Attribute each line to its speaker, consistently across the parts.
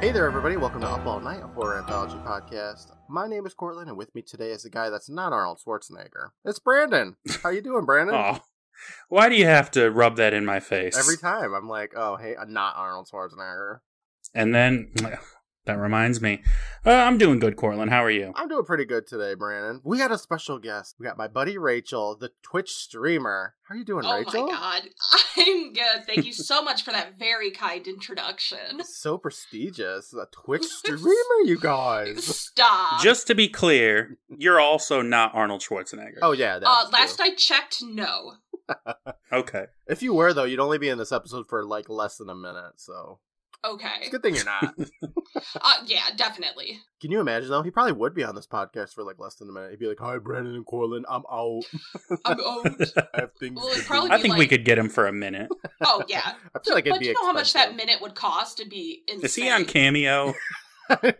Speaker 1: Hey there, everybody. Welcome to Up All Night, a horror anthology podcast. My name is Cortland, and with me today is the guy that's not Arnold Schwarzenegger. It's Brandon. How you doing, Brandon?
Speaker 2: Oh, why do you have to rub that in my face?
Speaker 1: Every time I'm like, oh, hey, I'm not Arnold Schwarzenegger.
Speaker 2: and then that reminds me, uh, I'm doing good, Cortland. How are you?
Speaker 1: I'm doing pretty good today, Brandon. We got a special guest. We got my buddy Rachel, the Twitch streamer. How are you doing,
Speaker 3: Oh
Speaker 1: Rachel?
Speaker 3: my god. I'm good. Thank you so much for that very kind introduction.
Speaker 1: So prestigious, a Twitch streamer, you guys.
Speaker 3: Stop.
Speaker 2: Just to be clear, you're also not Arnold Schwarzenegger.
Speaker 1: Oh yeah, that's
Speaker 3: uh,
Speaker 1: true.
Speaker 3: last I checked, no.
Speaker 2: okay.
Speaker 1: If you were though, you'd only be in this episode for like less than a minute, so it's a
Speaker 3: Okay.
Speaker 1: good thing you're not.
Speaker 3: Uh, yeah, definitely.
Speaker 1: Can you imagine though? He probably would be on this podcast for like less than a minute. He'd be like, "Hi, Brandon and Corlin, I'm out.
Speaker 3: I'm oh, old.
Speaker 1: I have things
Speaker 3: Well,
Speaker 1: to
Speaker 3: it'd
Speaker 1: do."
Speaker 3: probably
Speaker 2: I
Speaker 3: be
Speaker 2: think we
Speaker 3: like-
Speaker 2: could get him for a minute.
Speaker 3: Oh yeah.
Speaker 1: I feel like it'd
Speaker 3: but
Speaker 1: be
Speaker 3: you know how much that
Speaker 1: expensive.
Speaker 3: minute would cost? It'd be insane.
Speaker 2: Is he on Cameo?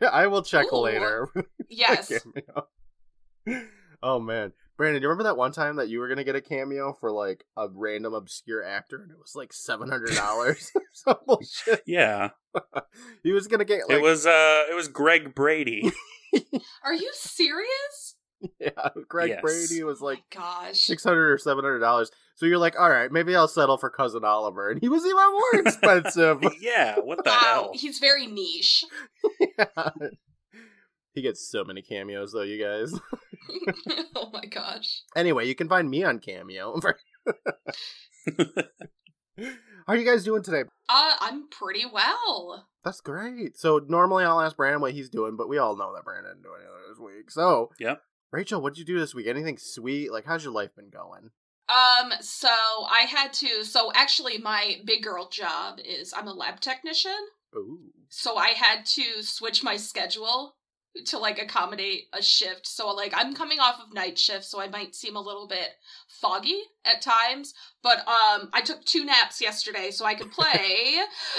Speaker 1: I will check
Speaker 3: Ooh.
Speaker 1: later.
Speaker 3: Yes.
Speaker 1: Cameo. oh man, Brandon, do you remember that one time that you were gonna get a cameo for like a random obscure actor, and it was like seven hundred dollars or some bullshit?
Speaker 2: Yeah.
Speaker 1: He was gonna get like
Speaker 2: it was uh it was Greg Brady.
Speaker 3: Are you serious?
Speaker 1: yeah, Greg
Speaker 2: Yes.
Speaker 1: Brady was like
Speaker 3: oh my gosh.
Speaker 1: six hundred or seven hundred dollars. So you're like, all right, maybe I'll settle for cousin Oliver, and he was even more expensive.
Speaker 2: yeah, what the
Speaker 3: Wow.
Speaker 2: hell?
Speaker 3: He's very niche.
Speaker 1: he gets so many cameos though, you guys.
Speaker 3: oh my gosh.
Speaker 1: Anyway, you can find me on Cameo. How are you guys doing today?
Speaker 3: Uh, I'm pretty well.
Speaker 1: That's great. So normally I'll ask Brandon what he's doing, but we all know that Brandon didn't do anything this week. So
Speaker 2: Yep.
Speaker 1: Rachel, what'd you do this week? Anything sweet? Like how's your life been going?
Speaker 3: Um, so I had to so actually my big girl job is I'm a lab technician,
Speaker 1: Ooh.
Speaker 3: so I had to switch my schedule to like accommodate a shift. So like I'm coming off of night shift, so I might seem a little bit foggy at times, but um I took two naps yesterday so I could play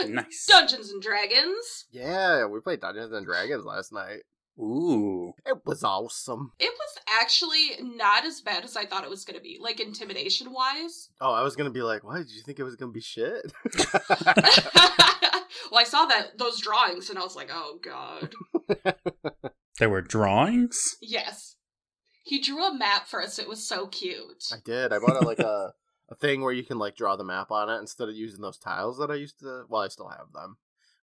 Speaker 2: Nice.
Speaker 3: Dungeons and Dragons.
Speaker 1: Yeah, we played Dungeons and Dragons last night.
Speaker 2: Ooh.
Speaker 1: It was awesome.
Speaker 3: It was actually not as bad as I thought it was going to be, like intimidation wise.
Speaker 1: Oh, I was gonna be like, what? Did you think it was gonna be shit?
Speaker 3: well, I saw that those drawings and I was like, "Oh god."
Speaker 2: There were drawings?
Speaker 3: Yes. He drew a map for us. It was so cute.
Speaker 1: I did. I bought a, like a a thing where you can like draw the map on it instead of using those tiles that I used to. Well, I still have them,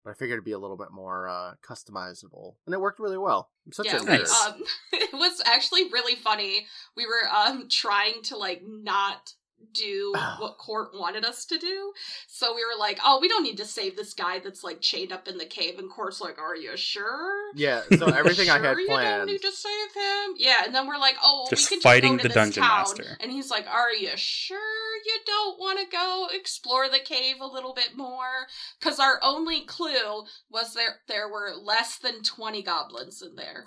Speaker 1: but I figured it'd be a little bit more uh, customizable, and it worked really well. I'm such
Speaker 3: yeah,
Speaker 1: a
Speaker 3: we,
Speaker 1: nerd.
Speaker 2: Nice.
Speaker 3: um, it was actually really funny. We were um trying to like not do what court wanted us to do. So we were like, "Oh, we don't need to save this guy that's like chained up in the cave." And court's like, "Are you sure?"
Speaker 1: yeah, so everything I
Speaker 3: sure
Speaker 1: had
Speaker 3: you don't
Speaker 1: planned.
Speaker 3: need to save him. Yeah, and then we're like, oh,
Speaker 2: Just
Speaker 3: we can
Speaker 2: fighting
Speaker 3: just
Speaker 2: the
Speaker 3: go to this
Speaker 2: dungeon
Speaker 3: town.
Speaker 2: master.
Speaker 3: And he's like, are you sure you don't want to go explore the cave a little bit more? Because our only clue was there there were less than twenty goblins in there,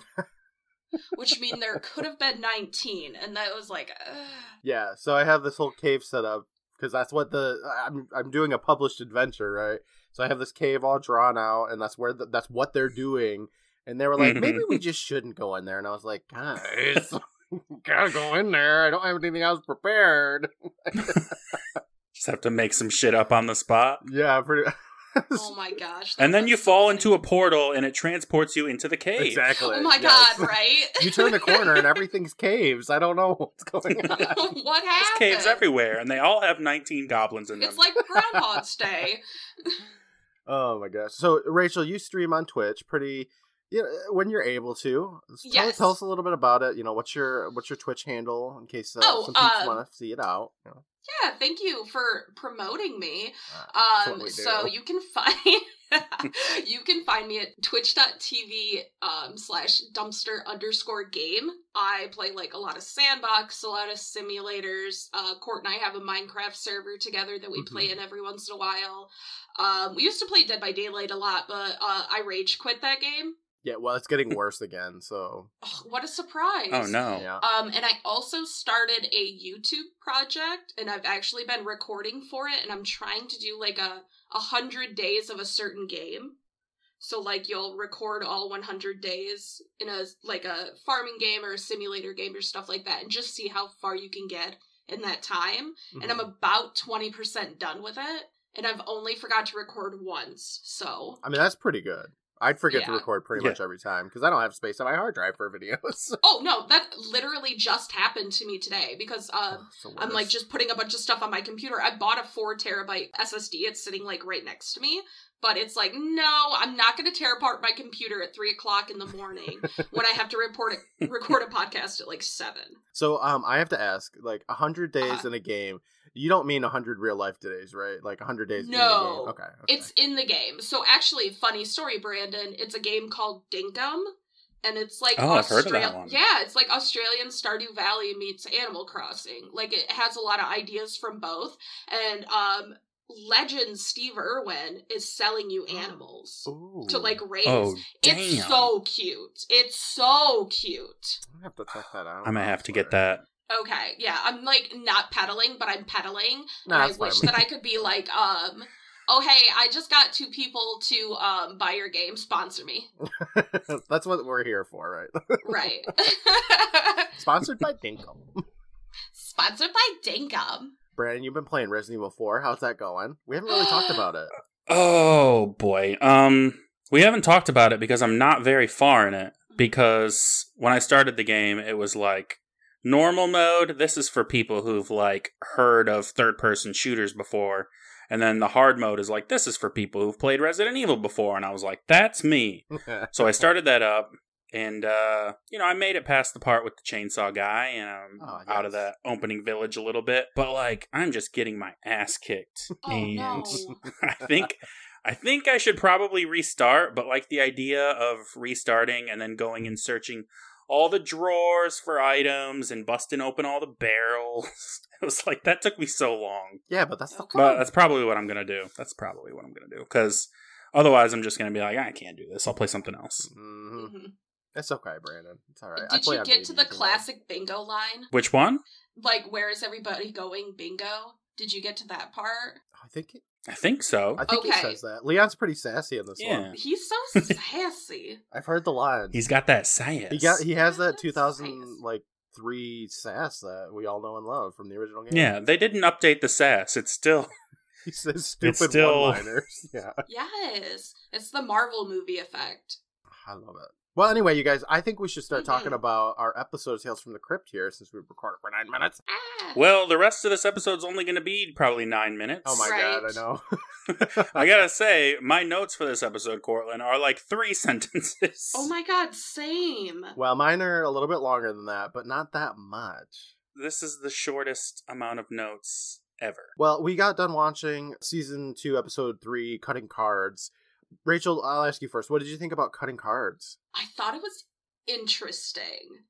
Speaker 3: which mean there could have been nineteen, and that was like, ugh.
Speaker 1: Yeah, so I have this whole cave set up because that's what the I'm I'm doing a published adventure, right? So I have this cave all drawn out, and that's where the, that's what they're doing. And they were like,
Speaker 2: Mhm.
Speaker 1: maybe we just shouldn't go in there. And I was like, guys, gotta go in there. I don't have anything else prepared.
Speaker 2: Just have to make some shit up on the spot.
Speaker 1: Yeah, pretty.
Speaker 3: oh my gosh!
Speaker 2: And then you fall into
Speaker 3: a
Speaker 2: a portal and it transports you into the cave.
Speaker 1: exactly.
Speaker 3: oh my
Speaker 1: yes.
Speaker 3: god, right?
Speaker 1: you turn the corner and everything's caves. I don't know what's going on.
Speaker 3: what
Speaker 2: There's
Speaker 3: happened?
Speaker 2: caves everywhere, and they all have 19 goblins in them.
Speaker 3: It's like Groundhog's Day.
Speaker 1: Oh my gosh. So Rachel, you stream on Twitch pretty you know, when you're able to. Just Tell,
Speaker 3: Yes.
Speaker 1: tell us a little bit about it. You know, what's your what's your Twitch handle in case uh,
Speaker 3: Oh,
Speaker 1: some people
Speaker 3: um,
Speaker 1: want to see it out. you know?
Speaker 3: Yeah, thank you for promoting me.
Speaker 1: Ah, that's what
Speaker 3: Um,
Speaker 1: we do.
Speaker 3: so you can find you can find me at twitch.tv um, slash dumpster underscore game. I play like a lot of sandbox, a lot of simulators. Uh, Court and I have a Minecraft server together that
Speaker 1: Mm-hmm.
Speaker 3: we play in every once in a while. Um, we used to play Dead by Daylight a lot, but uh, I rage quit that game.
Speaker 1: Yeah, well, it's getting worse again. So
Speaker 3: Ugh, what a surprise!
Speaker 2: oh no.
Speaker 1: yeah,
Speaker 3: Um, and I also started a YouTube project, and I've actually been recording for it, and I'm trying to do like a a hundred days of a certain game. So like you'll record all 100 days in a like a farming game or a simulator game or stuff like that, and just see how far you can get in that time. And I'm
Speaker 1: Mhm.
Speaker 3: about 20% done with it, and I've only forgot to record once. So
Speaker 1: I mean, that's pretty good. I'd forget to
Speaker 3: Yeah.
Speaker 1: record pretty
Speaker 2: Yeah.
Speaker 1: much every time because I don't have space on my hard drive for videos.
Speaker 3: Oh no, that literally just happened to me today because uh,
Speaker 1: So
Speaker 3: I'm like
Speaker 1: worse.
Speaker 3: just putting a bunch of stuff on my computer. I bought a four terabyte SSD. It's sitting like right next to me. But it's like, no, I'm not going to tear apart my computer at three o'clock in the morning when I have to report a, record a podcast at like seven.
Speaker 1: So um, I have to ask, like a hundred days
Speaker 3: Uh-huh.
Speaker 1: in a game. You don't mean a hundred real life days, right? Like a hundred days. In the
Speaker 3: No.
Speaker 1: game. Okay, okay.
Speaker 3: It's in the game. So actually, funny story, Brandon. It's a game called Dinkum, and it's like
Speaker 2: Oh, I've heard of that
Speaker 3: Austral-
Speaker 2: one.
Speaker 3: Yeah, it's like Australian Stardew Valley meets Animal Crossing. Like it has a lot of ideas from both, and um, legend Steve Irwin is selling you animals
Speaker 1: Ooh.
Speaker 3: to like raise.
Speaker 2: Oh, damn.
Speaker 3: It's so cute. It's so cute.
Speaker 1: I have to check that out.
Speaker 2: I'm gonna have to get that.
Speaker 3: Okay, yeah, I'm like not pedaling, but I'm pedaling
Speaker 1: No,
Speaker 3: and I wish that I could be like, um, oh hey, I just got two people to um buy your game, sponsor me.
Speaker 1: that. That's what we're here for, right?
Speaker 3: Right.
Speaker 1: Sponsored by Dinkum.
Speaker 3: Sponsored by Dinkum.
Speaker 1: Brandon, you've been playing Resident Evil 4. How's that going? We haven't really talked about it.
Speaker 2: Oh boy. Um we haven't talked about it because I'm not very far in it
Speaker 3: Mm-hmm.
Speaker 2: because when I started the game it was like normal mode this is for people who've like heard of third person shooters before and then the hard mode is like this is for people who've played Resident Evil before and I was like that's me. So I started that up and uh you know I made it past the part with the chainsaw guy and I'm
Speaker 1: Oh,
Speaker 2: out of
Speaker 1: yes.
Speaker 2: that opening village a little bit but like I'm just getting my ass kicked
Speaker 3: Oh
Speaker 2: and
Speaker 3: no.
Speaker 2: I think I think I should probably restart, but like the idea of restarting and then going and searching all the drawers for items and busting open all the barrels. It was like that took me so long.
Speaker 1: yeah, but that's the
Speaker 3: Okay.
Speaker 2: But that's probably what I'm going to do. That's probably what I'm going to do cuz otherwise I'm just going to be like I can't do this. I'll play something else.
Speaker 1: hmm
Speaker 3: Mhm.
Speaker 1: It's okay, Brandon. It's all right. I
Speaker 3: Did
Speaker 1: play
Speaker 3: you
Speaker 1: on
Speaker 3: get to
Speaker 1: babies
Speaker 3: the
Speaker 1: and all.
Speaker 3: classic bingo line?
Speaker 2: Which one?
Speaker 3: Like, where is everybody going bingo? Did you get to that part?
Speaker 1: I think
Speaker 2: I think so.
Speaker 1: I think he
Speaker 3: Okay.
Speaker 1: says that. Leon's pretty sassy in this
Speaker 2: yeah.
Speaker 1: one.
Speaker 3: He's so sassy.
Speaker 1: I've heard the lines.
Speaker 2: He's got that sass.
Speaker 1: He got he has that
Speaker 3: Yes.
Speaker 1: two thousand like three sass that we all know and love from the original game.
Speaker 2: yeah, they didn't update the sass. It's still
Speaker 1: he says stupid
Speaker 2: still-
Speaker 1: one liners. Yeah,
Speaker 3: yes. It's the Marvel movie effect.
Speaker 1: I love it. Well, anyway, you guys, I think we should start
Speaker 3: Mhm.
Speaker 1: talking about our episode of Tales from the Crypt here, since we've recorded for nine minutes.
Speaker 3: Ah.
Speaker 2: Well, the rest of this episode's only going to be probably 9 minutes.
Speaker 1: Oh my
Speaker 3: Right.
Speaker 1: god, I know.
Speaker 2: I gotta say, my notes for this episode, Cortland, are like three sentences.
Speaker 3: oh my god, same.
Speaker 1: Well, mine are a little bit longer than that, but not that much.
Speaker 2: This is the shortest amount of notes ever.
Speaker 1: Well, we got done watching season two, episode three, Cutting Cards. Rachel, I'll ask you first. What did you think about Cutting Cards?
Speaker 3: I thought it was interesting.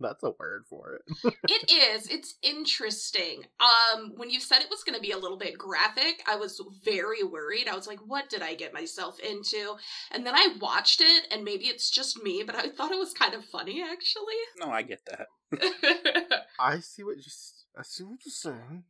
Speaker 1: That's a word for it.
Speaker 3: it is. It's interesting. Um, when you said it was going to be a little bit graphic, I was very worried. I was like, "What did I get myself into?" And then I watched it, and maybe it's just me, but I thought it was kind of funny actually.
Speaker 2: No, I get that.
Speaker 1: I see what you. s- I see what you're saying.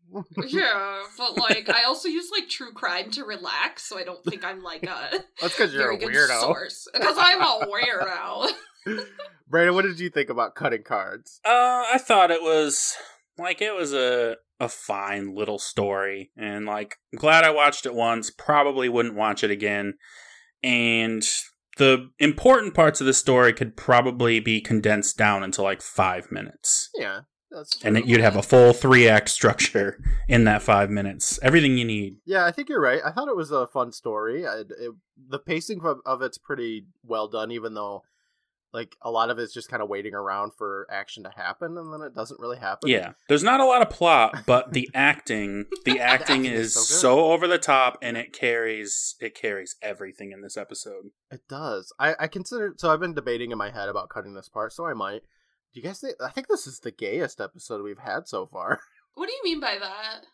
Speaker 3: yeah, but like, I also use like true crime to relax, so I don't think I'm like a
Speaker 1: That's because you're
Speaker 3: very
Speaker 1: a
Speaker 3: good
Speaker 1: weirdo.
Speaker 3: source because I'm a weirdo.
Speaker 1: Brandon, what did you think about Cutting Cards?
Speaker 2: Uh, I thought it was like it was a a fine little story, and like I'm glad I watched it once. Probably wouldn't watch it again. And the important parts of the story could probably be condensed down into like five minutes.
Speaker 1: Yeah, that's
Speaker 2: And it, you'd have a full three act structure in that five minutes. Everything you need.
Speaker 1: Yeah, I think you're right. I thought it was a fun story. I, it, the pacing of, of it's pretty well done, even though like a lot of it's just kind of waiting around for action to happen, and then it doesn't really happen.
Speaker 2: Yeah, there's not a lot of plot, but the acting, the acting
Speaker 1: acting is
Speaker 2: is
Speaker 1: so good.
Speaker 2: so over the top, and it carries it carries everything in this episode.
Speaker 1: it does. I I consider so. I've been debating in my head about cutting this part, so I might. Do you guys think? I think this is the gayest episode we've had so far.
Speaker 3: what do you mean by that?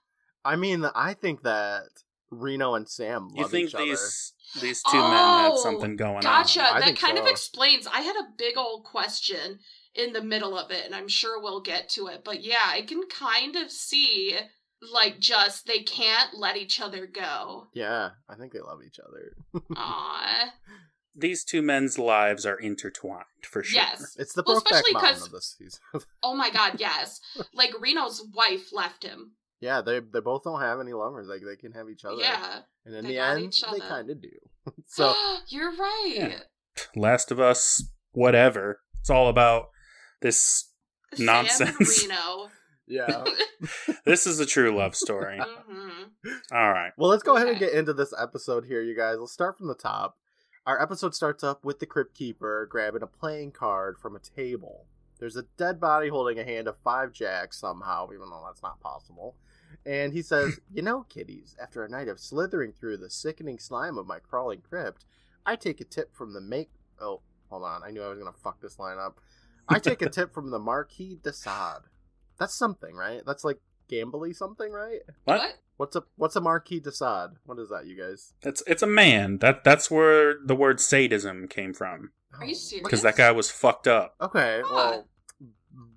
Speaker 1: I mean, I think that Reno and Sam love
Speaker 2: you think
Speaker 1: each other.
Speaker 2: these these two men had
Speaker 3: Oh,
Speaker 2: something going
Speaker 3: Gotcha.
Speaker 2: on?
Speaker 1: I
Speaker 3: that
Speaker 1: think
Speaker 3: kind of
Speaker 1: so.
Speaker 3: explains. I had a big old question in the middle of it, and I'm sure we'll get to it. But yeah, I can kind of see, like, just they can't let each other go.
Speaker 1: Yeah, I think they love each other.
Speaker 3: Aww.
Speaker 2: These two men's lives are intertwined for sure.
Speaker 3: Yes.
Speaker 1: It's the
Speaker 3: Well,
Speaker 1: Brokeback
Speaker 3: especially
Speaker 1: Mountain
Speaker 3: 'cause-
Speaker 1: of this season.
Speaker 3: Oh my god, yes. Like, Reno's wife left him.
Speaker 1: Oh, yeah, they they both don't have any lovers. Like they can have each other.
Speaker 3: Yeah.
Speaker 1: and in
Speaker 3: They
Speaker 1: the
Speaker 3: got
Speaker 1: end,
Speaker 3: each
Speaker 1: they
Speaker 3: other.
Speaker 1: kind of do. so
Speaker 3: you're right.
Speaker 2: Yeah. Last of Us, whatever. It's all about this.
Speaker 3: San
Speaker 2: Nonsense.
Speaker 3: Reno.
Speaker 1: yeah.
Speaker 2: This is a true love story.
Speaker 3: hmm
Speaker 2: all right.
Speaker 1: Well, let's go ahead and
Speaker 3: Okay.
Speaker 1: get into this episode here, you guys. Let's start from the top. Our episode starts up with the Crypt Keeper grabbing a playing card from a table. There's a dead body holding a hand of five jacks somehow, even though that's not possible. And he says, You know, kiddies, after a night of slithering through the sickening slime of my crawling crypt, I take a tip from the make. Oh, hold on. I knew I was going to fuck this line up. I take a tip from the Marquis de Sade. That's something, right? That's like gambly something, right?
Speaker 2: What?
Speaker 1: What's a what's a marquis de Sade? What is that, you guys?
Speaker 2: It's it's a man. That that's where the word sadism came from
Speaker 3: Are you serious?
Speaker 2: because that guy was fucked up.
Speaker 1: Okay,
Speaker 3: Huh.
Speaker 1: well,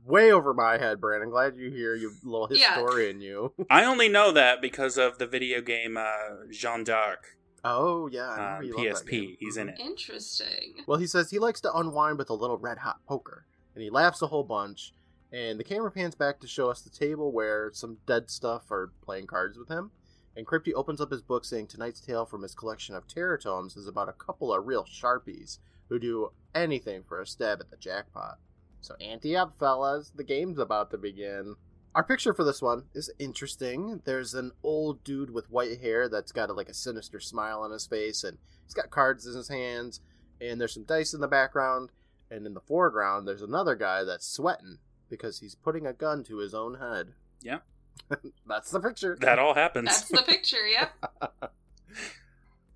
Speaker 1: way over my head, Brandon. Glad you hear you little
Speaker 3: Yeah.
Speaker 1: historian, you.
Speaker 2: I only know that because of the video game uh, Jean d'Arc uh,
Speaker 1: Oh yeah, I
Speaker 2: on
Speaker 1: remember you loved that game. Mm-hmm.
Speaker 2: PSP. He's in it.
Speaker 3: Interesting.
Speaker 1: Well, he says he likes to unwind with a little red hot poker, and he laughs a whole bunch. And the camera pans back to show us the table where some dead stuff are playing cards with him. And Crypty opens up his book saying tonight's tale from his collection of terror tomes is about a couple of real sharpies who do anything for a stab at the jackpot. So ante up, fellas. The game's about to begin. Our picture for this one is interesting. There's an old dude with white hair that's got like a sinister smile on his face, and he's got cards in his hands and there's some dice in the background and in the foreground there's another guy that's sweating because he's putting a gun to his own head
Speaker 2: Yeah.
Speaker 1: that's the picture
Speaker 2: That all happens.
Speaker 3: That's the picture. Yep.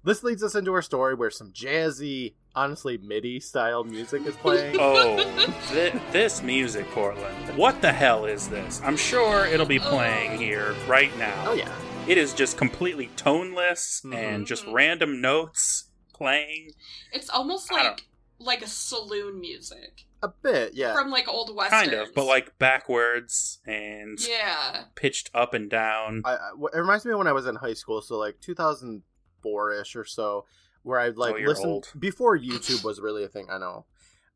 Speaker 1: this leads us into our story where some jazzy honestly midi style music is playing
Speaker 2: oh, thi- this music, Portland. What the hell is this? I'm sure it'll be playing here right
Speaker 1: oh
Speaker 2: now.
Speaker 1: yeah Mm-hmm.
Speaker 2: It is just completely toneless and just
Speaker 3: Mhm.
Speaker 2: random notes playing.
Speaker 3: It's almost
Speaker 2: I
Speaker 3: like like a saloon music
Speaker 1: a bit yeah
Speaker 3: from like old westerns.
Speaker 2: Kind of, but like backwards and
Speaker 3: yeah.
Speaker 2: pitched up and down.
Speaker 1: I, I- it reminds me of when i was in high school so like 2004ish or so where i'd like
Speaker 2: Oh, you're
Speaker 1: listen
Speaker 2: old.
Speaker 1: before youtube was really a thing i know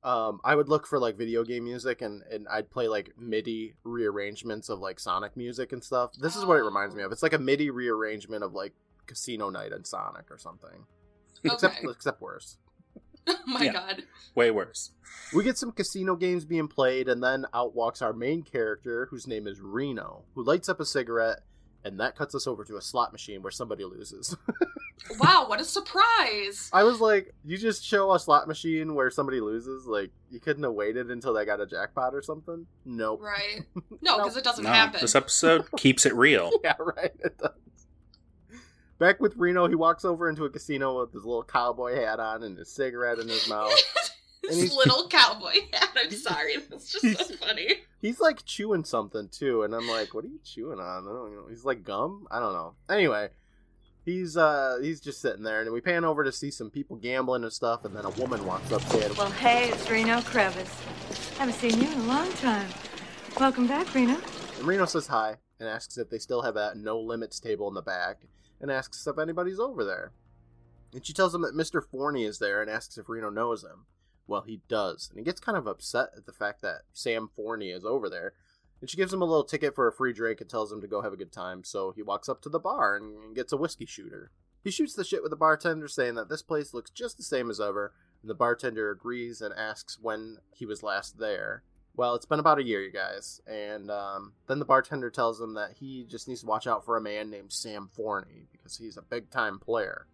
Speaker 1: um, I would look for like video game music and, and I'd play like MIDI rearrangements of like Sonic music and stuff. This is what it reminds me of. It's like a MIDI rearrangement of like Casino Night and Sonic or something. Except
Speaker 3: Okay.
Speaker 1: except worse.
Speaker 3: oh my
Speaker 2: Yeah.
Speaker 3: god.
Speaker 2: Way worse.
Speaker 1: We get some casino games being played, and then out walks our main character, whose name is Reno, who lights up a cigarette, and that cuts us over to a slot machine where somebody loses.
Speaker 3: Wow, what a surprise.
Speaker 1: I was like, you just show a slot machine where somebody loses? Like, you couldn't have waited until they got a jackpot or something? Nope.
Speaker 3: Right. No, because it doesn't
Speaker 2: No,
Speaker 3: happen.
Speaker 2: this episode keeps it real.
Speaker 1: Yeah, right. It does. Back with Reno, he walks over into a casino with his little cowboy hat on and his cigarette in his mouth. and
Speaker 3: this
Speaker 1: he's-
Speaker 3: little cowboy hat. I'm sorry. That's just so funny.
Speaker 1: He's like chewing something too, and I'm like, what are you chewing on? I don't know. He's like gum? I don't know. Anyway, he's uh he's just sitting there and we pan over to see some people gambling and stuff, and then a woman walks up to him.
Speaker 4: Well, hey, it's Reno Crevis. Haven't seen you in a long time. Welcome back, Reno.
Speaker 1: And Reno says hi and asks if they still have that no limits table in the back and asks if anybody's over there. And she tells him that Mr. Forney is there and asks if Reno knows him. Well, he does, and he gets kind of upset at the fact that Sam Forney is over there. And she gives him a little ticket for a free drink and tells him to go have a good time, so he walks up to the bar and gets a whiskey shooter. He shoots the shit with the bartender, saying that this place looks just the same as ever, and the bartender agrees and asks when he was last there. Well, it's been about a year, you guys, and um, then the bartender tells him that he just needs to watch out for a man named Sam Forney because he's a big time player.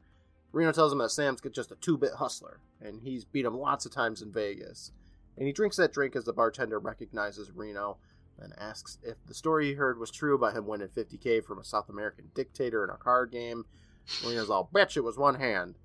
Speaker 1: Reno tells him that Sam's just a two bit hustler, and he's beat him lots of times in Vegas. And he drinks that drink as the bartender recognizes Reno and asks if the story he heard was true about him winning 50k from a South American dictator in a card game. Reno's all, bitch, it was one hand.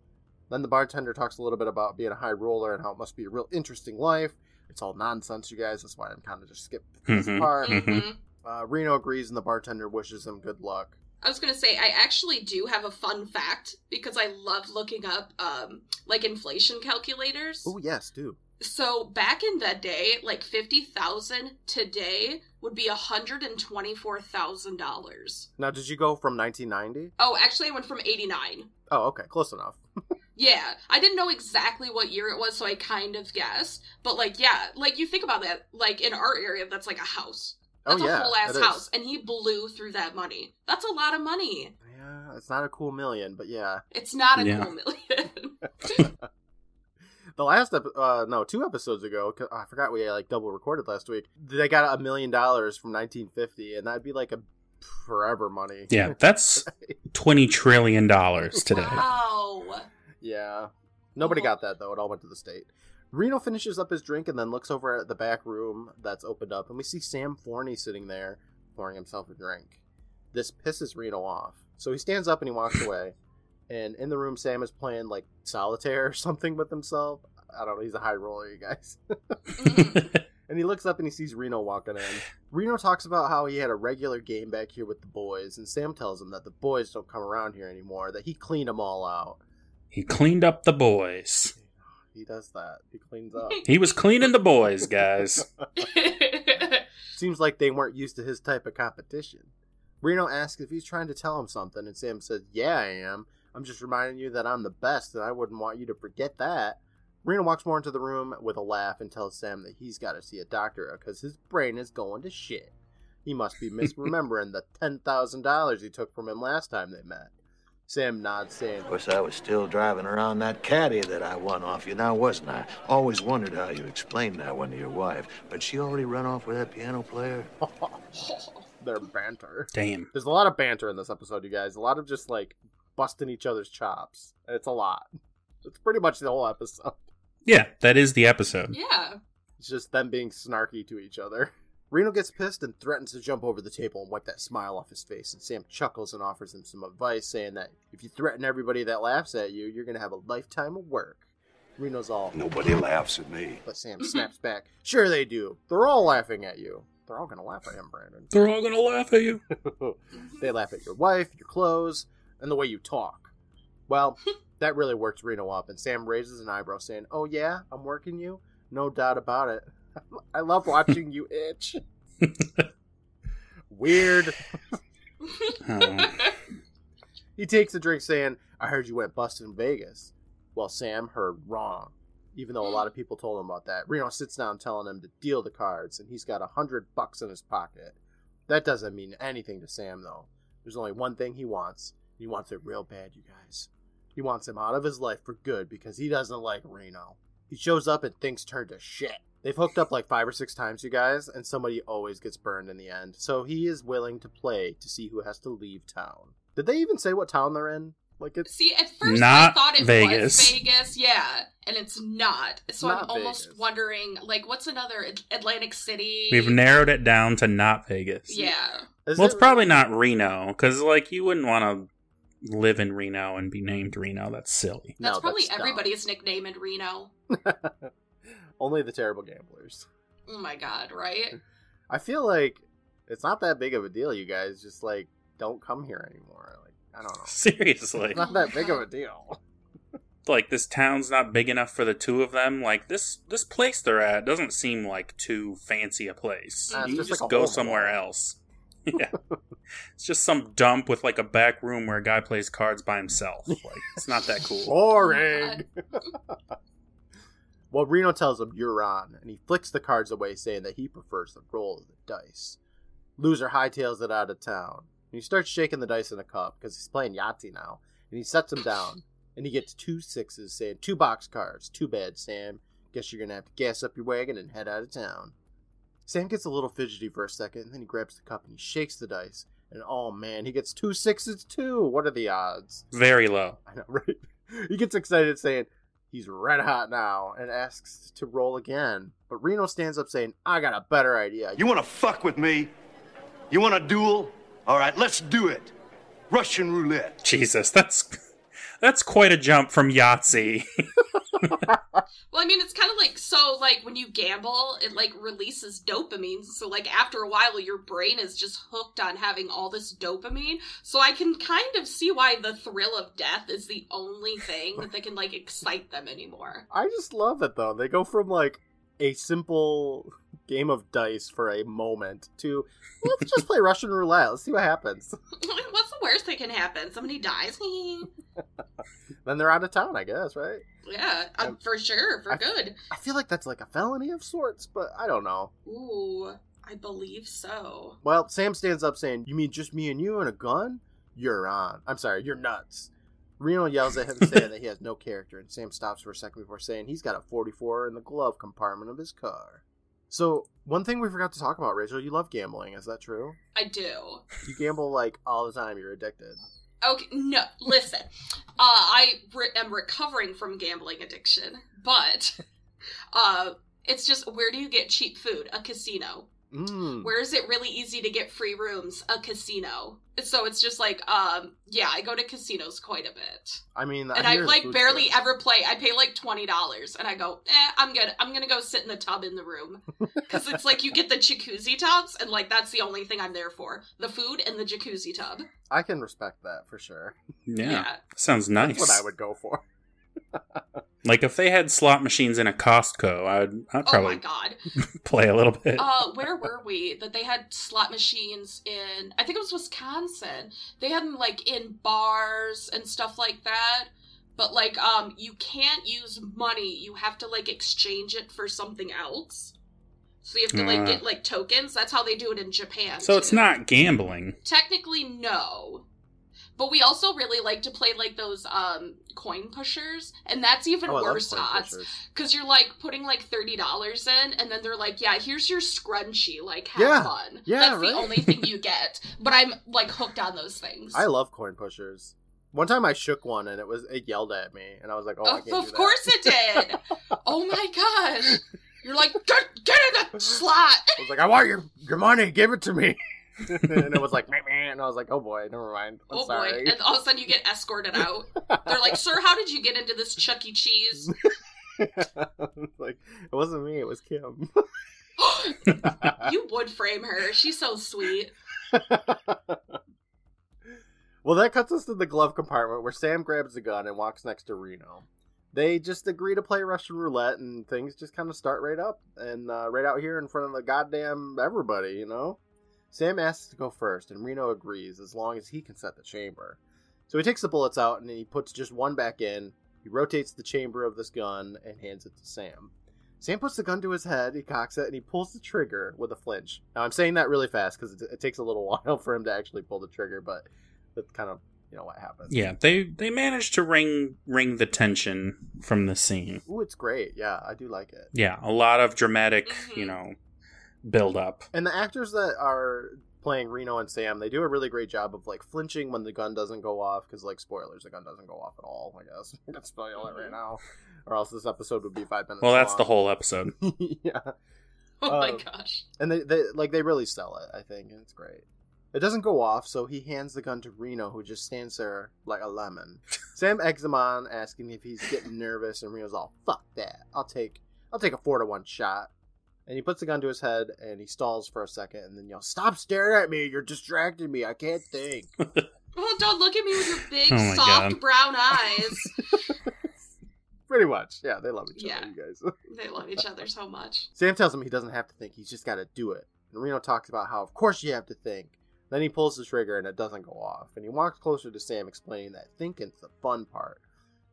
Speaker 1: Then the bartender talks a little bit about being a high roller and how it must be a real interesting life. It's all nonsense, you guys. That's why I'm kind of just skipping this
Speaker 2: Mhm.
Speaker 1: part.
Speaker 3: hmm
Speaker 2: Mhm.
Speaker 1: Uh, Reno agrees, and the bartender wishes him good luck.
Speaker 3: I was gonna say I actually do have a fun fact because I love looking up um like inflation calculators.
Speaker 1: Oh yes, do.
Speaker 3: So back in the day, like fifty thousand today would be hundred and twenty four thousand dollars.
Speaker 1: Now, did you go from 1990?
Speaker 3: Oh, actually, I went from eighty nine.
Speaker 1: Oh, okay, close enough.
Speaker 3: Yeah, I didn't know exactly what year it was, so I kind of guessed. But like, yeah, like you think about that, like in our area, that's like a house.
Speaker 1: Oh
Speaker 3: That's
Speaker 1: yeah,
Speaker 3: a whole ass
Speaker 1: it is.
Speaker 3: house, and he blew through that money. That's a lot of money.
Speaker 1: Yeah, it's not a cool million, but yeah.
Speaker 3: It's not a
Speaker 2: Yeah.
Speaker 3: cool million.
Speaker 1: the last ep- uh no two episodes ago 'cause i forgot we like double recorded last week they got a million dollars from 1950 and that'd be like a forever money
Speaker 2: Yeah, that's twenty trillion dollars today.
Speaker 3: Wow.
Speaker 1: yeah nobody got that though it all went to the state reno finishes up his drink and then looks over at the back room that's opened up and we see sam forney sitting there pouring himself a drink this pisses reno off so he stands up and he walks away and in the room sam is playing like solitaire or something with himself i don't know he's a high roller you guys
Speaker 3: Mhm.
Speaker 1: And he looks up and he sees Reno walking in. Reno talks about how he had a regular game back here with the boys, and Sam tells him that the boys don't come around here anymore, that he cleaned them all out.
Speaker 2: he cleaned up the boys.
Speaker 1: He does that. He cleans up.
Speaker 2: He was cleaning the boys, guys.
Speaker 1: Seems like they weren't used to his type of competition. Reno asks if he's trying to tell him something, and Sam says, Yeah, I am. I'm just reminding you that I'm the best, and I wouldn't want you to forget that. Reno walks more into the room with a laugh and tells Sam that he's got to see a doctor because his brain is going to shit. He must be misremembering the $10,000 he took from him last time they met. Sam nods, saying,
Speaker 5: Of course, I was still driving around that caddy that I won off you, now wasn't I? Always wondered how you explained that one to your wife. But she already run off with that piano player?
Speaker 1: They're banter.
Speaker 2: Damn.
Speaker 1: There's a lot of banter in this episode, you guys. A lot of just like busting each other's chops. It's a lot. It's pretty much the whole episode.
Speaker 2: Yeah, that is the episode.
Speaker 3: yeah.
Speaker 1: It's just them being snarky to each other. Reno gets pissed and threatens to jump over the table and wipe that smile off his face. And Sam chuckles and offers him some advice, saying that if you threaten everybody that laughs at you, you're going to have a lifetime of work. Reno's all,
Speaker 5: Nobody laughs at me.
Speaker 1: but Sam snaps back, Sure they do. They're all laughing at you. They're all going to laugh at him, Brandon.
Speaker 2: They're all gonna laugh at you.
Speaker 1: They laugh at your wife, your clothes, and the way you talk. Well, that really works Reno up, and Sam raises an eyebrow, saying, Oh, yeah, I'm working you? No doubt about it. I love watching you itch. Weird.
Speaker 2: Oh.
Speaker 1: He takes a drink, saying, I heard you went busted in Vegas. Well, Sam heard wrong, even though a lot of people told him about that. Reno sits down telling him to deal the cards, and he's got a hundred bucks in his pocket. That doesn't mean anything to Sam, though. There's only one thing he wants. He wants it real bad, you guys. He wants him out of his life for good because he doesn't like Reno. He shows up and things turn to shit. They've hooked up like five or six times, you guys, and somebody always gets burned in the end. So he is willing to play to see who has to leave town. Did they even say what town they're in? Like it's
Speaker 3: See, at first I
Speaker 2: Not
Speaker 3: thought it was
Speaker 2: Vegas.
Speaker 3: Vegas, yeah, and it's not. So I'm
Speaker 1: Not
Speaker 3: almost
Speaker 1: Vegas.
Speaker 3: wondering, like, what's another At- Atlantic City?
Speaker 2: We've narrowed it down to not Vegas.
Speaker 3: yeah,
Speaker 1: is
Speaker 2: Well, it's
Speaker 1: it-
Speaker 2: probably not Reno, because like you wouldn't want to live in Reno and be named Reno. That's silly.
Speaker 1: No,
Speaker 3: that's probably
Speaker 1: dumb.
Speaker 3: everybody's nickname in Reno.
Speaker 1: Only the terrible gamblers.
Speaker 3: Oh my god, right?
Speaker 1: I feel like it's not that big of a deal, you guys. Just like don't come here anymore. Like I don't know.
Speaker 2: Seriously,
Speaker 1: It's not that big of a deal.
Speaker 2: like this town's not big enough for the two of them. Like this this place they're at doesn't seem like too fancy a place.
Speaker 1: Uh, it's
Speaker 2: you
Speaker 1: just
Speaker 2: just,
Speaker 1: like a
Speaker 2: go
Speaker 1: hole.
Speaker 2: somewhere else. yeah, it's just some dump with like a back room where a guy plays cards by himself. Like it's not that cool.
Speaker 3: Uh,
Speaker 1: Boring. well, Reno tells him you're on, and he flicks the cards away, saying that he prefers the roll of the dice. Loser hightails it out of town, and he starts shaking the dice in a cup because he's playing Yahtzee now, and he sets them down, and he gets two sixes, saying two box cards. Too bad, Sam. Guess you're gonna have to gas up your wagon and head out of town. Sam gets a little fidgety for a second, and then he grabs the cup and he shakes the dice. And oh man, he gets two sixes too. What are the odds?
Speaker 2: Very low.
Speaker 1: I know, right? He gets excited saying, he's red hot now, and asks to roll again. But Reno stands up saying, I got a better idea.
Speaker 6: You want to fuck with me? You want a duel? All right, let's do it. Russian roulette.
Speaker 2: Jesus, that's that's quite a jump from Yahtzee.
Speaker 3: Well, I mean, it's kind of like so, like when you gamble, it like releases dopamine. So, like after a while, your brain is just hooked on having all this dopamine. So, I can kind of see why the thrill of death is the only thing that they can like excite them anymore.
Speaker 1: I just love it, though. They go from like a simple game of dice for a moment to let's just play Russian roulette. Let's see what happens.
Speaker 3: Like, What's the worst that can happen? Somebody dies.
Speaker 1: Then they're out of town, I guess, right?
Speaker 3: yeah, um, for sure, for
Speaker 1: I-
Speaker 3: good.
Speaker 1: I feel like that's like a felony of sorts, but I don't know.
Speaker 3: Ooh, I believe so.
Speaker 1: Well, uh, Sam stands up saying, You mean just me and you and a gun? You're on. I'm sorry, you're nuts. Reno yells at him, saying that he has no character, and Sam stops for a second before saying he's got a 44 in the glove compartment of his car. So, one thing we forgot to talk about, Rachel, you love gambling. Is that true?
Speaker 3: I do.
Speaker 1: You gamble like all the time. You're addicted.
Speaker 3: Okay, no, listen. Uh, I re- am recovering from gambling addiction, but uh, it's just where do you get cheap food? A casino.
Speaker 1: Mm.
Speaker 3: Where is it really easy to get free rooms? A casino. So it's just like, um, yeah, I go to casinos quite a bit,
Speaker 1: I mean,
Speaker 3: and I
Speaker 1: hear the
Speaker 3: like
Speaker 1: food's
Speaker 3: barely
Speaker 1: good.
Speaker 3: ever play. I pay like twenty dollars, and I go, eh, I'm gonna, I'm gonna go sit in the tub in the room because it's like you get the jacuzzi tubs, and like that's the only thing I'm there for: the food and the jacuzzi tub.
Speaker 1: I can respect that for sure.
Speaker 2: Yeah. Sounds
Speaker 1: That's
Speaker 2: nice.
Speaker 1: what I would go for.
Speaker 2: Like if they had slot machines in a Costco, I'd I'd
Speaker 3: Oh
Speaker 2: probably
Speaker 3: my god.
Speaker 2: play a little bit.
Speaker 3: uh, where were we? That they had slot machines in. I think it was Wisconsin. They had them like in bars and stuff like that. But like, um, you can't use money. You have to like exchange it for something else. So you have to like
Speaker 2: Ah.
Speaker 3: get like tokens. That's how they do it in Japan.
Speaker 2: so it's
Speaker 3: too.
Speaker 2: not gambling.
Speaker 3: Technically, no. But we also really like to play like those um coin pushers, and that's even
Speaker 1: Oh, I love
Speaker 3: worse
Speaker 1: coin
Speaker 3: odds
Speaker 1: pushers.
Speaker 3: because you're like putting like thirty dollars in, and then they're like, "Yeah, here's your scrunchie. Like, have
Speaker 1: Yeah.
Speaker 3: fun."
Speaker 1: Yeah,
Speaker 3: that's
Speaker 1: right.
Speaker 3: the only thing you get. But I'm like hooked on those things.
Speaker 1: I love coin pushers. One time I shook one and it was it yelled at me, and I was like, "Oh, I
Speaker 3: of
Speaker 1: can't do
Speaker 3: of
Speaker 1: that.
Speaker 3: course it did. oh my gosh! You're like, get get in the slot.
Speaker 1: I was like, "I want your your money. Give it to me." and it was like, "Meh, meh," and I was like, "Oh boy, never mind. I'm
Speaker 3: oh
Speaker 1: sorry."
Speaker 3: boy! And all of a sudden you get escorted out. They're like, "Sir, how did you get into this Chuck E. Cheese?"
Speaker 1: like it wasn't me. It was Kim.
Speaker 3: you would frame her. She's so sweet.
Speaker 1: well, that cuts us to the glove compartment where Sam grabs the gun and walks next to Reno. They just agree to play Russian roulette, and things just kind of start right up and uh, right out here in front of the goddamn everybody, you know. Sam asks to go first, and Reno agrees as long as he can set the chamber. So he takes the bullets out and he puts just one back in. He rotates the chamber of this gun and hands it to Sam. Sam puts the gun to his head, he cocks it, and he pulls the trigger with a flinch. Now, I'm saying that really fast because it, it takes a little while for him to actually pull the trigger, but that's kind of, you know, what happens.
Speaker 2: Yeah, they they managed to ring ring the tension from the scene.
Speaker 1: Ooh, it's great. Yeah, I do like it.
Speaker 2: Yeah, a lot of dramatic,
Speaker 3: Mhm.
Speaker 2: you know, build up.
Speaker 1: And the actors that are playing Reno and Sam, they do a really great job of like flinching when the gun doesn't go off because like spoilers, the gun doesn't go off at all. I guess that's spoil it right now, or else this episode would be five minutes.
Speaker 2: Mm-hmm. Well, that's the
Speaker 1: long.
Speaker 2: whole episode.
Speaker 1: yeah,
Speaker 3: Oh my
Speaker 1: Um,
Speaker 3: gosh!
Speaker 1: and they, they like they really sell it. I think and it's great. It doesn't go off, so he hands the gun to Reno, who just stands there like a lemon. Sam eggs him on, asking if he's getting nervous, and Reno's all, "Fuck that! I'll take, I'll take a four to one shot." And he puts the gun to his head, and he stalls for a second, and then yells, "Stop staring at me! You're distracting me! I can't think."
Speaker 3: Well, don't look at me with your big,
Speaker 2: Oh my
Speaker 3: soft
Speaker 2: God.
Speaker 3: brown eyes.
Speaker 1: Pretty much, yeah, they love each
Speaker 3: Yeah.
Speaker 1: other, you guys.
Speaker 3: they love each other so much.
Speaker 1: Sam tells him he doesn't have to think, he's just got to do it. And Reno talks about how, of course, you have to think. Then he pulls the trigger and it doesn't go off. And he walks closer to Sam, explaining that thinking's the fun part.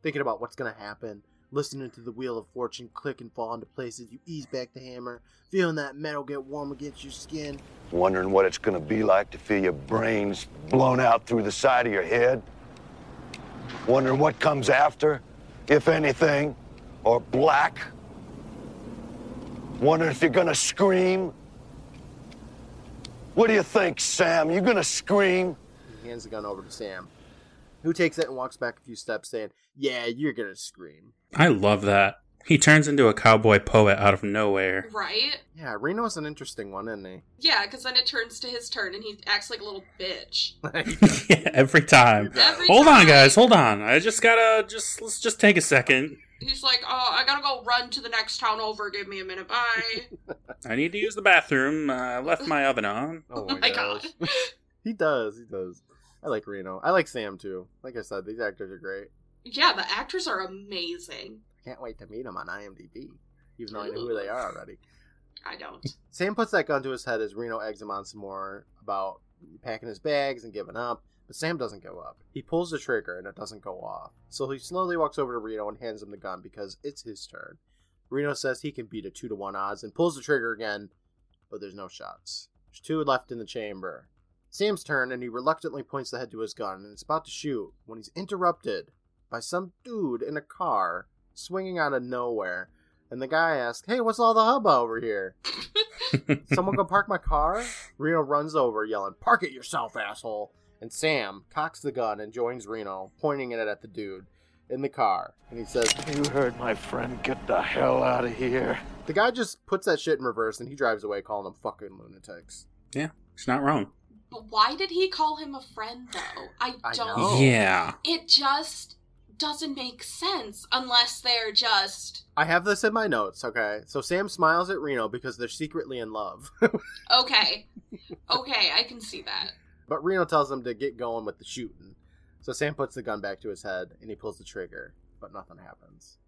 Speaker 1: Thinking about what's going to happen, listening to the wheel of fortune click and fall into place as you ease back the hammer, feeling that metal get warm against your skin.
Speaker 5: Wondering what it's gonna be like to feel your brains blown out through the side of your head? Wondering what comes after, if anything, or black? Wondering if you're gonna scream? What do you think, Sam? You gonna scream?
Speaker 1: He hands the gun over to Sam, who takes it and walks back a few steps, saying, Yeah, you're going to scream.
Speaker 2: I love that. He turns into a cowboy poet out of nowhere.
Speaker 3: Right?
Speaker 1: Yeah, Reno's an interesting one, isn't he?
Speaker 3: Yeah, because then it turns to his turn and he acts like a little bitch.
Speaker 2: yeah, every time.
Speaker 3: Every
Speaker 2: Hold on,
Speaker 3: time,
Speaker 2: guys. Hold on. I just gotta just let's just take a second.
Speaker 3: He's like, oh, I gotta go run to the next town over. Give me a minute. Bye.
Speaker 2: I need to use the bathroom. Uh, I left my oven on.
Speaker 1: Oh
Speaker 3: my God.
Speaker 1: He does. He does. I like Reno. I like Sam too. Like I said, these actors are great.
Speaker 3: yeah, the actors are amazing.
Speaker 1: I can't wait to meet them on IMDb, even though I know who they are already.
Speaker 3: I don't.
Speaker 1: Sam puts that gun to his head as Reno eggs him on some more about packing his bags and giving up, but Sam doesn't give up. He pulls the trigger and it doesn't go off. So he slowly walks over to Reno and hands him the gun because it's his turn. Reno says he can beat a 2 to 1 odds and pulls the trigger again, but there's no shots. There's two left in the chamber. Sam's turn and he reluctantly points the head to his gun and is about to shoot when he's interrupted by some dude in a car swinging out of nowhere. And the guy asks, Hey, what's all the hubbub over here? Someone gonna park my car? Reno runs over, yelling, Park it yourself, asshole! And Sam cocks the gun and joins Reno, pointing it at the dude in the car. And he says,
Speaker 5: You heard my friend. Get the hell out of here.
Speaker 1: The guy just puts that shit in reverse and he drives away, calling them fucking lunatics.
Speaker 2: Yeah, it's not wrong.
Speaker 3: But why did he call him a friend though? I
Speaker 1: I
Speaker 3: don't.
Speaker 1: know. Oh.
Speaker 2: Yeah.
Speaker 3: It just doesn't make sense unless they're just
Speaker 1: I have this in my notes, okay? So Sam smiles at Reno because they're secretly in love.
Speaker 3: okay. Okay, I can see that.
Speaker 1: But Reno tells him to get going with the shooting. So Sam puts the gun back to his head and he pulls the trigger, but nothing happens.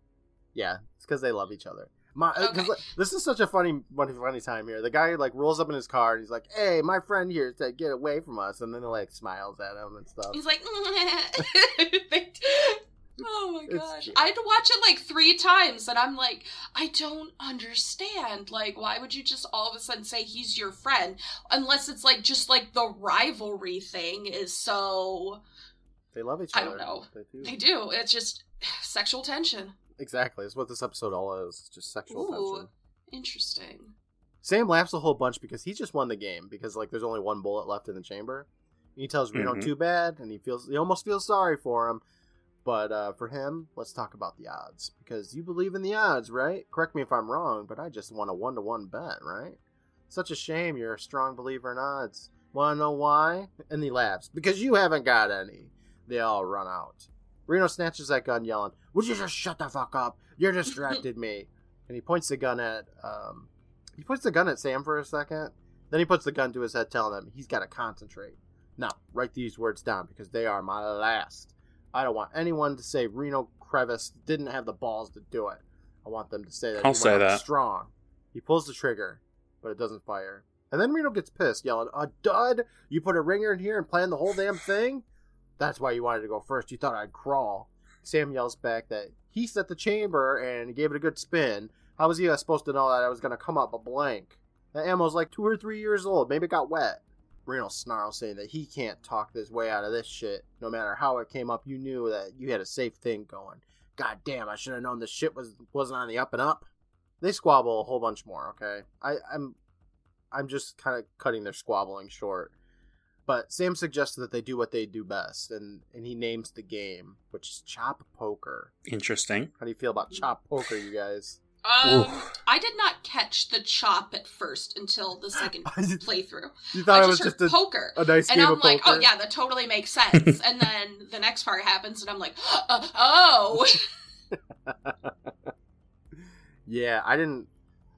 Speaker 1: Yeah, it's because they love each other. My, uh, 'cause,
Speaker 3: Okay.
Speaker 1: like, this is such a funny, funny, funny time here. The guy like rolls up in his car and he's like, "Hey, my friend here said get away from us," and then he like smiles at him and stuff.
Speaker 3: He's like, They- oh my
Speaker 1: It's
Speaker 3: gosh!
Speaker 1: ju-
Speaker 3: I had to watch it like three times, and I'm like, I don't understand. Like, why would you just all of a sudden say he's your friend unless it's like just like the rivalry thing is so
Speaker 1: They love each
Speaker 3: I
Speaker 1: other.
Speaker 3: don't know.
Speaker 1: They do.
Speaker 3: they do. It's just sexual tension.
Speaker 1: Exactly. That's what this episode all is. It's just sexual
Speaker 3: Ooh.
Speaker 1: tension.
Speaker 3: Interesting.
Speaker 1: Sam laughs a whole bunch because he just won the game because like there's only one bullet left in the chamber. He tells Reno
Speaker 2: Mhm.
Speaker 1: too bad, and he feels he almost feels sorry for him. But uh, for him, let's talk about the odds because you believe in the odds, right? Correct me if I'm wrong, but I just won a one to one bet, right? Such a shame. You're a strong believer in odds. Wanna know why? And he laughs because you haven't got any. They all run out. Reno snatches that gun, yelling, "Would you just shut the fuck up? You're distracted me." And he points the gun at um, he puts the gun at Sam for a second. Then he puts the gun to his head, telling him he's got to concentrate. Now, write these words down because they are my last. I don't want anyone to say Reno Crevis didn't have the balls to do it. I want them to say that he
Speaker 2: I'll
Speaker 1: went
Speaker 2: say
Speaker 1: out
Speaker 2: that.
Speaker 1: strong. He pulls the trigger, but it doesn't fire. And then Reno gets pissed, yelling, "A dud! You put a ringer in here and planned the whole damn thing. That's why you wanted to go first. You thought I'd crawl." Sam yells back that he set the chamber and gave it a good spin. How was he uh, supposed to know that I was going to come up a blank? That ammo's like two or three years old. Maybe it got wet. Reno snarls, saying that he can't talk this way out of this shit. No matter how it came up, you knew that you had a safe thing going. God damn, I should have known this shit was wasn't on the up and up. They squabble a whole bunch more. Okay, I, I'm, I'm just kind of cutting their squabbling short. But Sam suggests that they do what they do best, and and he names the game, which is chop poker.
Speaker 2: Interesting.
Speaker 1: How do you feel about chop poker, you guys?
Speaker 3: Um,
Speaker 2: Oof.
Speaker 3: I did not catch the chop at first until the second
Speaker 1: I just-
Speaker 3: playthrough.
Speaker 1: You thought
Speaker 3: I
Speaker 1: it was
Speaker 3: just heard
Speaker 1: just a,
Speaker 3: poker.
Speaker 1: a nice
Speaker 3: and
Speaker 1: game
Speaker 3: I'm
Speaker 1: of poker.
Speaker 3: like, oh yeah, that totally makes sense. and then the next part happens, and I'm like, uh, oh,
Speaker 1: Yeah, I didn't.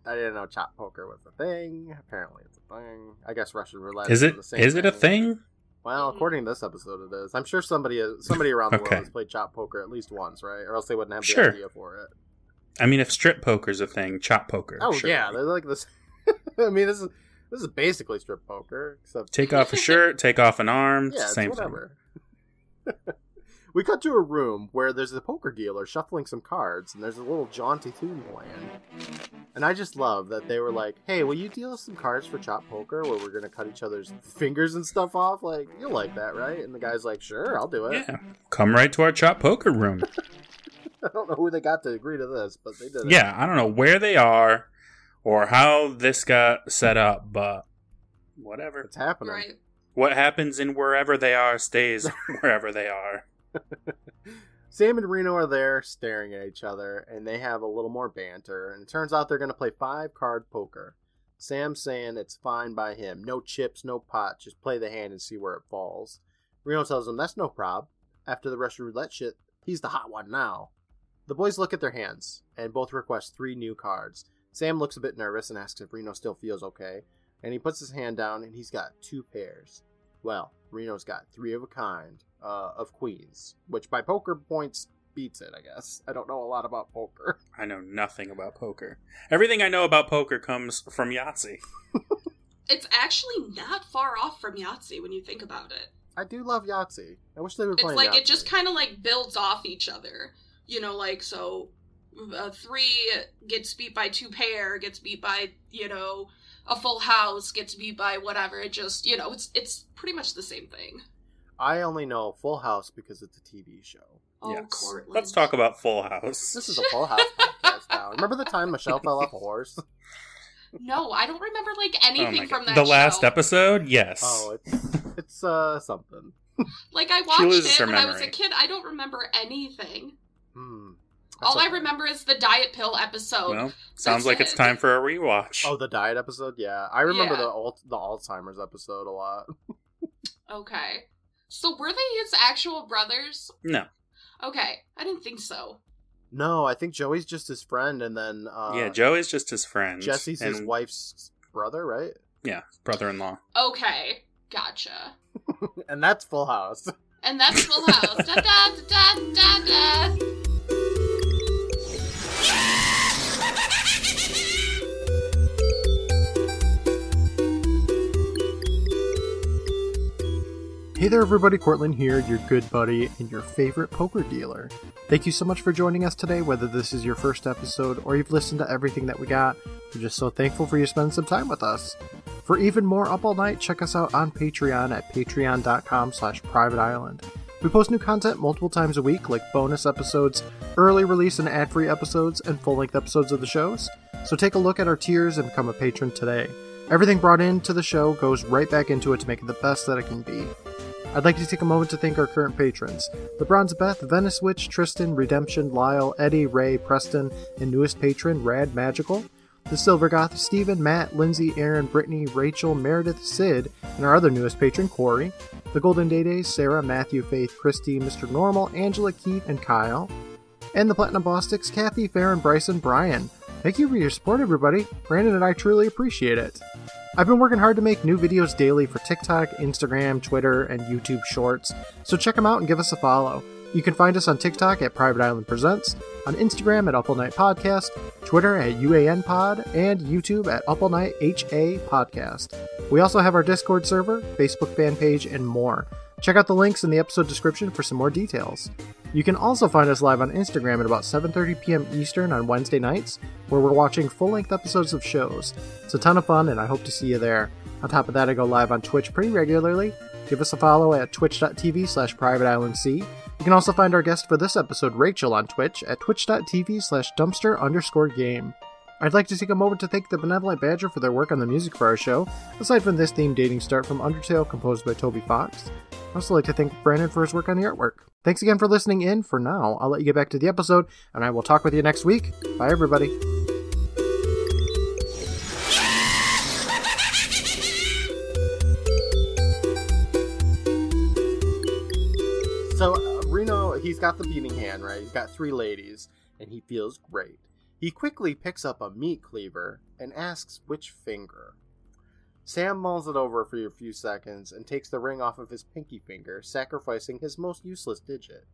Speaker 1: I didn't know chop poker was a thing. Apparently, it's a thing. I guess Russian roulette
Speaker 2: Is it
Speaker 1: the same
Speaker 2: is it a thing?
Speaker 1: Well, according to this episode, it is. I'm sure somebody somebody around the
Speaker 2: Okay.
Speaker 1: world has played chop poker at least once, right? Or else they wouldn't have
Speaker 2: Sure.
Speaker 1: the idea for it.
Speaker 2: I mean, if strip poker's a thing, chop poker.
Speaker 1: Oh
Speaker 2: sure.
Speaker 1: yeah, they're like this. I mean, this is this is basically strip poker, except
Speaker 2: Take off a shirt, take off an arm, it's
Speaker 1: yeah,
Speaker 2: the
Speaker 1: it's
Speaker 2: same
Speaker 1: whatever. we cut to a room where there's a poker dealer shuffling some cards, and there's a little jaunty tune playing. And I just love that they were like, "Hey, will you deal us some cards for chop poker, where we're gonna cut each other's fingers and stuff off? Like, you'll like that, right?" And the guy's like, "Sure, I'll do it."
Speaker 2: thing. Yeah. Come right to our chop poker room.
Speaker 1: I don't know who they got to agree to this, but they did. it.
Speaker 2: yeah, I don't know where they are or how this got set up, but whatever.
Speaker 1: it's happening.
Speaker 3: right.
Speaker 2: What happens in wherever they are stays wherever they are.
Speaker 1: Sam and Reno are there staring at each other, and they have a little more banter. And it turns out they're going to play five card poker. Sam's saying it's fine by him. No chips, no pot. Just play the hand and see where it falls. Reno tells him that's no prob. After the Russian roulette shit, he's the hot one now. The boys look at their hands and both request three new cards. Sam looks a bit nervous and asks if Reno still feels okay. And he puts his hand down and he's got two pairs. Well, Reno's got three of a kind uh, of queens, which by poker points beats it, I guess. I don't know a lot about poker.
Speaker 2: I know nothing about poker. Everything I know about poker comes from Yahtzee.
Speaker 3: It's actually not far off from Yahtzee when you think about it.
Speaker 1: I do love Yahtzee. I wish they were
Speaker 3: It's
Speaker 1: playing
Speaker 3: like it just
Speaker 1: Yahtzee.
Speaker 3: kind of like builds off each other, you know, like so. A three gets beat by two pair, gets beat by you know a full house, gets beat by whatever. It just you know it's it's pretty much the same thing.
Speaker 1: I only know Full House because it's a TV show.
Speaker 3: Oh,
Speaker 2: yes.
Speaker 3: Cortland.
Speaker 2: Let's talk about Full House.
Speaker 1: This is a full house podcast now. Remember the time Michelle fell off a horse?
Speaker 3: No, I don't remember like
Speaker 2: Oh my
Speaker 3: anything from
Speaker 2: God.
Speaker 3: that.
Speaker 2: the last
Speaker 3: show.
Speaker 2: episode, yes.
Speaker 1: Oh, it's it's uh something.
Speaker 3: Like I
Speaker 2: loses
Speaker 3: watched
Speaker 2: her
Speaker 3: it when I was a
Speaker 2: memory.
Speaker 3: kid. I don't remember anything.
Speaker 1: Hmm. That's
Speaker 3: All I
Speaker 1: okay.
Speaker 3: remember is the diet pill episode.
Speaker 2: well, sounds like
Speaker 3: it.
Speaker 2: it's time for a rewatch.
Speaker 1: Oh, the diet episode. Yeah, I remember
Speaker 3: Yeah.
Speaker 1: the al- the Alzheimer's episode a lot.
Speaker 3: Okay. So were they his actual brothers?
Speaker 2: no,
Speaker 3: Okay, I didn't think so.
Speaker 1: No, I think Joey's just his friend, and then uh,
Speaker 2: yeah, Joey's just his friend.
Speaker 1: Jesse's his
Speaker 2: and-
Speaker 1: wife's brother, right?
Speaker 2: Yeah, brother-in-law.
Speaker 3: Okay, gotcha.
Speaker 1: And that's Full House.
Speaker 3: And that's Full House. da, da, da, da, da, da.
Speaker 1: Hey there, everybody. Cortland here, your good buddy and your favorite poker dealer. Thank you so much for joining us today, whether this is your first episode or you've listened to everything that we got. We're just so thankful for you spending some time with us. For even more Up All Night, check us out on Patreon at patreon.com slash private island. We post new content multiple times a week, like bonus episodes, early release and ad-free episodes, and full-length episodes of the shows. So take a look at our tiers and become a patron today. Everything brought into the show goes right back into it to make it the best that it can be. I'd like to take a moment to thank our current patrons the Bronze Beth, Venice Witch, Tristan, Redemption, Lyle, Eddie, Ray, Preston, and newest patron, Rad Magical. The Silver Goth, Stephen, Matt, Lindsay, Aaron, Brittany, Rachel, Meredith, Sid, and our other newest patron, Corey. The Golden Day Days, Sarah, Matthew, Faith, Christy, Mr. Normal, Angela, Keith, and Kyle. And the Platinum Bostics, Kathy, Farron, Bryson, Brian. Thank you for your support, everybody. Brandon and I truly appreciate it. I've been working hard to make new videos daily for TikTok, Instagram, Twitter, and YouTube Shorts, so check them out and give us a follow. You can find us on TikTok at Private Island Presents, on Instagram at Up All Night Podcast, Twitter at UAN Pod, and YouTube at Up All Night HA Podcast. We also have our Discord server, Facebook fan page, and more. Check out the links in the episode description for some more details. You can also find us live on Instagram at about 7:30 p.m. Eastern on Wednesday nights, where we're watching full-length episodes of shows. It's a ton of fun, and I hope to see you there. On top of that, I go live on Twitch pretty regularly. Give us a follow at twitch.tv slash privateislandc. You can also find our guest for this episode, Rachel, on Twitch at twitch.tv slash dumpster underscore game. I'd like to take a moment to thank the Benevolent Badger for their work on the music for our show, aside from this theme dating start from Undertale composed by Toby Fox. I'd also like to thank Brandon for his work on the artwork. Thanks again for listening in. For now, I'll let you get back to the episode, and I will talk with you next week. Bye, everybody. So uh, Reno, he's got the beating hand, right? He's got three ladies, and he feels great. He quickly picks up a meat cleaver and asks which finger. Sam mulls it over for a few seconds and takes the ring off of his pinky finger, sacrificing his most useless digit.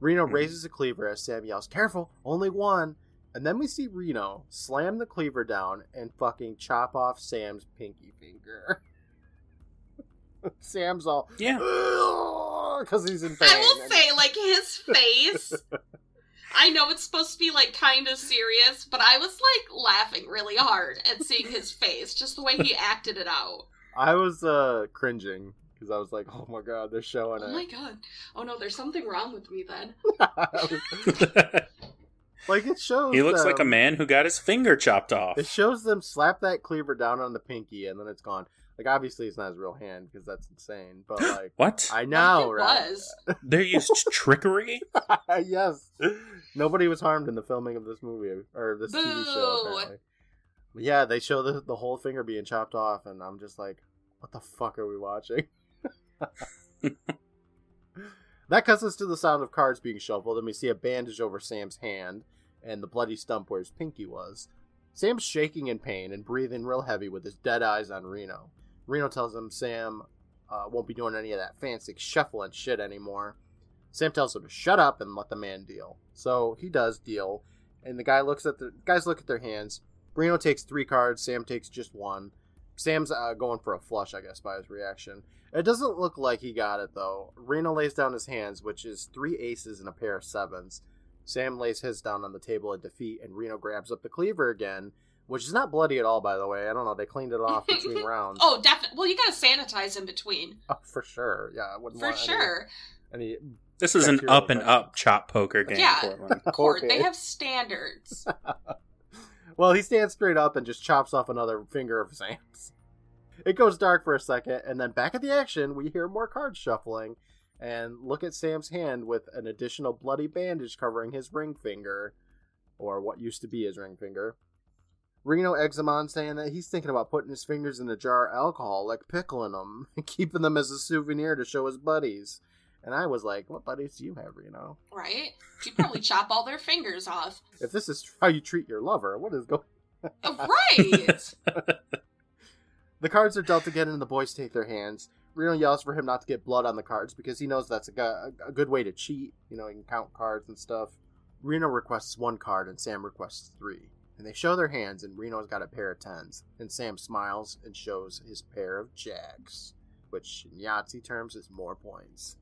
Speaker 1: Reno
Speaker 2: Hmm.
Speaker 1: raises a cleaver as Sam yells, Careful, only one! And then we see Reno slam the cleaver down and fucking chop off Sam's pinky finger. Sam's all,
Speaker 2: Yeah.
Speaker 1: because he's in pain.
Speaker 3: I will
Speaker 1: And-
Speaker 3: say, like his face. I know it's supposed to be like kind of serious, but I was like laughing really hard at seeing his face, just the way he acted it out.
Speaker 1: I was uh, cringing because I was like, "Oh my god, they're showing
Speaker 3: Oh my
Speaker 1: it!"
Speaker 3: god! Oh no, there's something wrong with me then.
Speaker 1: like it shows.
Speaker 2: he looks
Speaker 1: them,
Speaker 2: like a man who got his finger chopped off.
Speaker 1: It shows them slap that cleaver down on the pinky, and then it's gone. Like obviously, it's not his real hand because that's insane. But like,
Speaker 2: What?
Speaker 1: I
Speaker 3: What
Speaker 1: know,
Speaker 3: if it
Speaker 1: right?
Speaker 3: was.
Speaker 2: They used trickery?
Speaker 1: yes. Nobody was harmed in the filming of this movie or this TV show.
Speaker 3: Boo.
Speaker 1: Apparently. But yeah, they show the the whole finger being chopped off, and I'm just like, what the fuck are we watching? that cuts us to the sound of cards being shuffled, and we see a bandage over Sam's hand and the bloody stump where his pinky was. Sam's shaking in pain and breathing real heavy with his dead eyes on Reno. Reno tells him Sam uh, won't be doing any of that fancy shuffling shit anymore. Sam tells him to shut up and let the man deal. So he does deal, and the guy looks at the guys look at their hands. Reno takes three cards. Sam takes just one. Sam's uh, going for a flush, I guess, by his reaction. It doesn't look like he got it though. Reno lays down his hands, which is three aces and a pair of sevens. Sam lays his down on the table in defeat, and Reno grabs up the cleaver again, which is not bloody at all, by the way. I don't know. They cleaned it off between rounds.
Speaker 3: Oh, definitely. Well, you gotta sanitize in between
Speaker 1: Oh, for sure. Yeah, I wouldn't
Speaker 3: for
Speaker 1: want any-
Speaker 3: sure.
Speaker 1: Any,
Speaker 2: This is an
Speaker 1: Check your
Speaker 2: up and
Speaker 1: own.
Speaker 2: up chop poker game,
Speaker 3: Yeah.
Speaker 2: Cortland.
Speaker 3: Court. They
Speaker 1: Okay.
Speaker 3: have standards.
Speaker 1: Well, he stands straight up and just chops off another finger of Sam's. It goes dark for a second, and then back at the action, we hear more card shuffling and look at Sam's hand with an additional bloody bandage covering his ring finger, or what used to be his ring finger. Reno eggs him on, saying that he's thinking about putting his fingers in a jar of alcohol, like pickling them, and keeping them as a souvenir to show his buddies. And I was like, What buddies do you have, Reno?
Speaker 3: right? You probably chop all their fingers off. Oh,
Speaker 1: If this is how you treat your lover, what is going
Speaker 3: Right.
Speaker 1: The cards are dealt again, and the boys take their hands. Reno yells for him not to get blood on the cards because he knows that's a, gu- a good way to cheat. You know, he can count cards and stuff. Reno requests one card, and Sam requests three. And they show their hands, and Reno's got a pair of tens. And Sam smiles and shows his pair of jacks, which in Yahtzee terms is more points.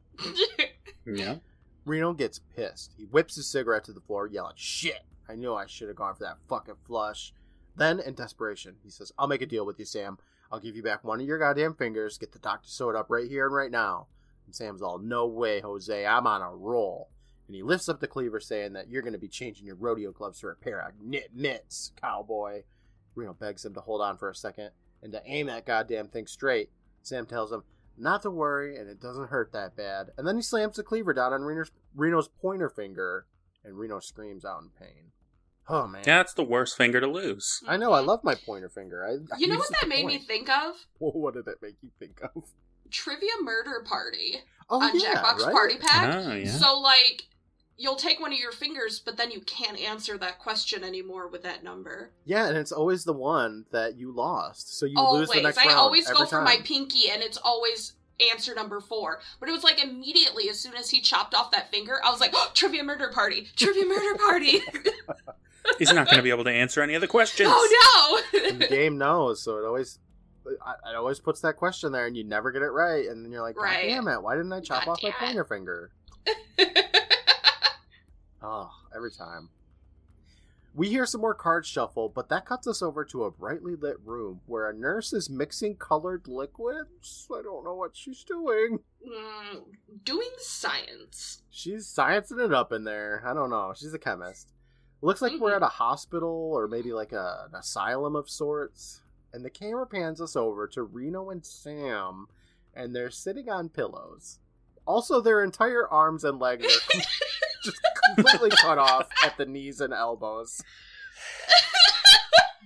Speaker 2: Yeah.
Speaker 1: Reno gets pissed. He whips his cigarette to the floor, yelling, Shit! I knew I should have gone for that fucking flush. Then, in desperation, he says, I'll make a deal with you, Sam. I'll give you back one of your goddamn fingers, get the doctor sewed up right here and right now. And Sam's all, No way, Jose, I'm on a roll. And he lifts up the cleaver, saying that you're going to be changing your rodeo gloves for a pair of knit mitts, cowboy. Reno begs him to hold on for a second and to aim that goddamn thing straight. Sam tells him, not to worry, and it doesn't hurt that bad. And then he slams the cleaver down on Reno's, Reno's pointer finger, and Reno screams out in pain. Oh man,
Speaker 2: Yeah, it's the worst finger to lose.
Speaker 1: I know. I love my pointer finger. I, I
Speaker 3: You know
Speaker 1: use
Speaker 3: what
Speaker 1: it
Speaker 3: that
Speaker 1: to
Speaker 3: made me
Speaker 1: point.
Speaker 3: think of?
Speaker 1: Well, what did that make you think of?
Speaker 3: Trivia Murder Party
Speaker 1: Oh
Speaker 3: on
Speaker 1: yeah,
Speaker 3: Jackbox
Speaker 1: right?
Speaker 3: Party Pack.
Speaker 2: Oh, yeah.
Speaker 3: So like you'll take one of your fingers, but then you can't answer that question anymore with that number.
Speaker 1: Yeah, and it's always the one that you lost, so you
Speaker 3: always.
Speaker 1: lose the next
Speaker 3: I
Speaker 1: round.
Speaker 3: always go
Speaker 1: every
Speaker 3: for my
Speaker 1: time.
Speaker 3: pinky and it's always answer number four. But it was like immediately as soon as he chopped off that finger, I was like, Trivia Murder Party! Trivia Murder Party!
Speaker 2: He's not going to be able to answer any of the questions.
Speaker 3: oh
Speaker 1: And the
Speaker 3: no!
Speaker 1: game knows, so it always. I- It always puts that question there, and you never get it right, and then you're like, God
Speaker 3: Right.
Speaker 1: "Damn it! Why didn't I chop
Speaker 3: God
Speaker 1: off my
Speaker 3: damn it."
Speaker 1: pointer finger?"
Speaker 3: Mm,
Speaker 1: Oh, every time. We hear some more card shuffle, but that cuts us over to a brightly lit room where a nurse is mixing colored liquids. I don't know what she's doing.
Speaker 3: Mm, doing science.
Speaker 1: She's sciencing it up in there. I don't know. She's a chemist. Looks like we're
Speaker 3: Mhm.
Speaker 1: at a hospital or maybe like a, an asylum of sorts. And the camera pans us over to Reno and Sam, and they're sitting on pillows. Also, their entire arms and legs are com- just completely cut off at the knees and elbows.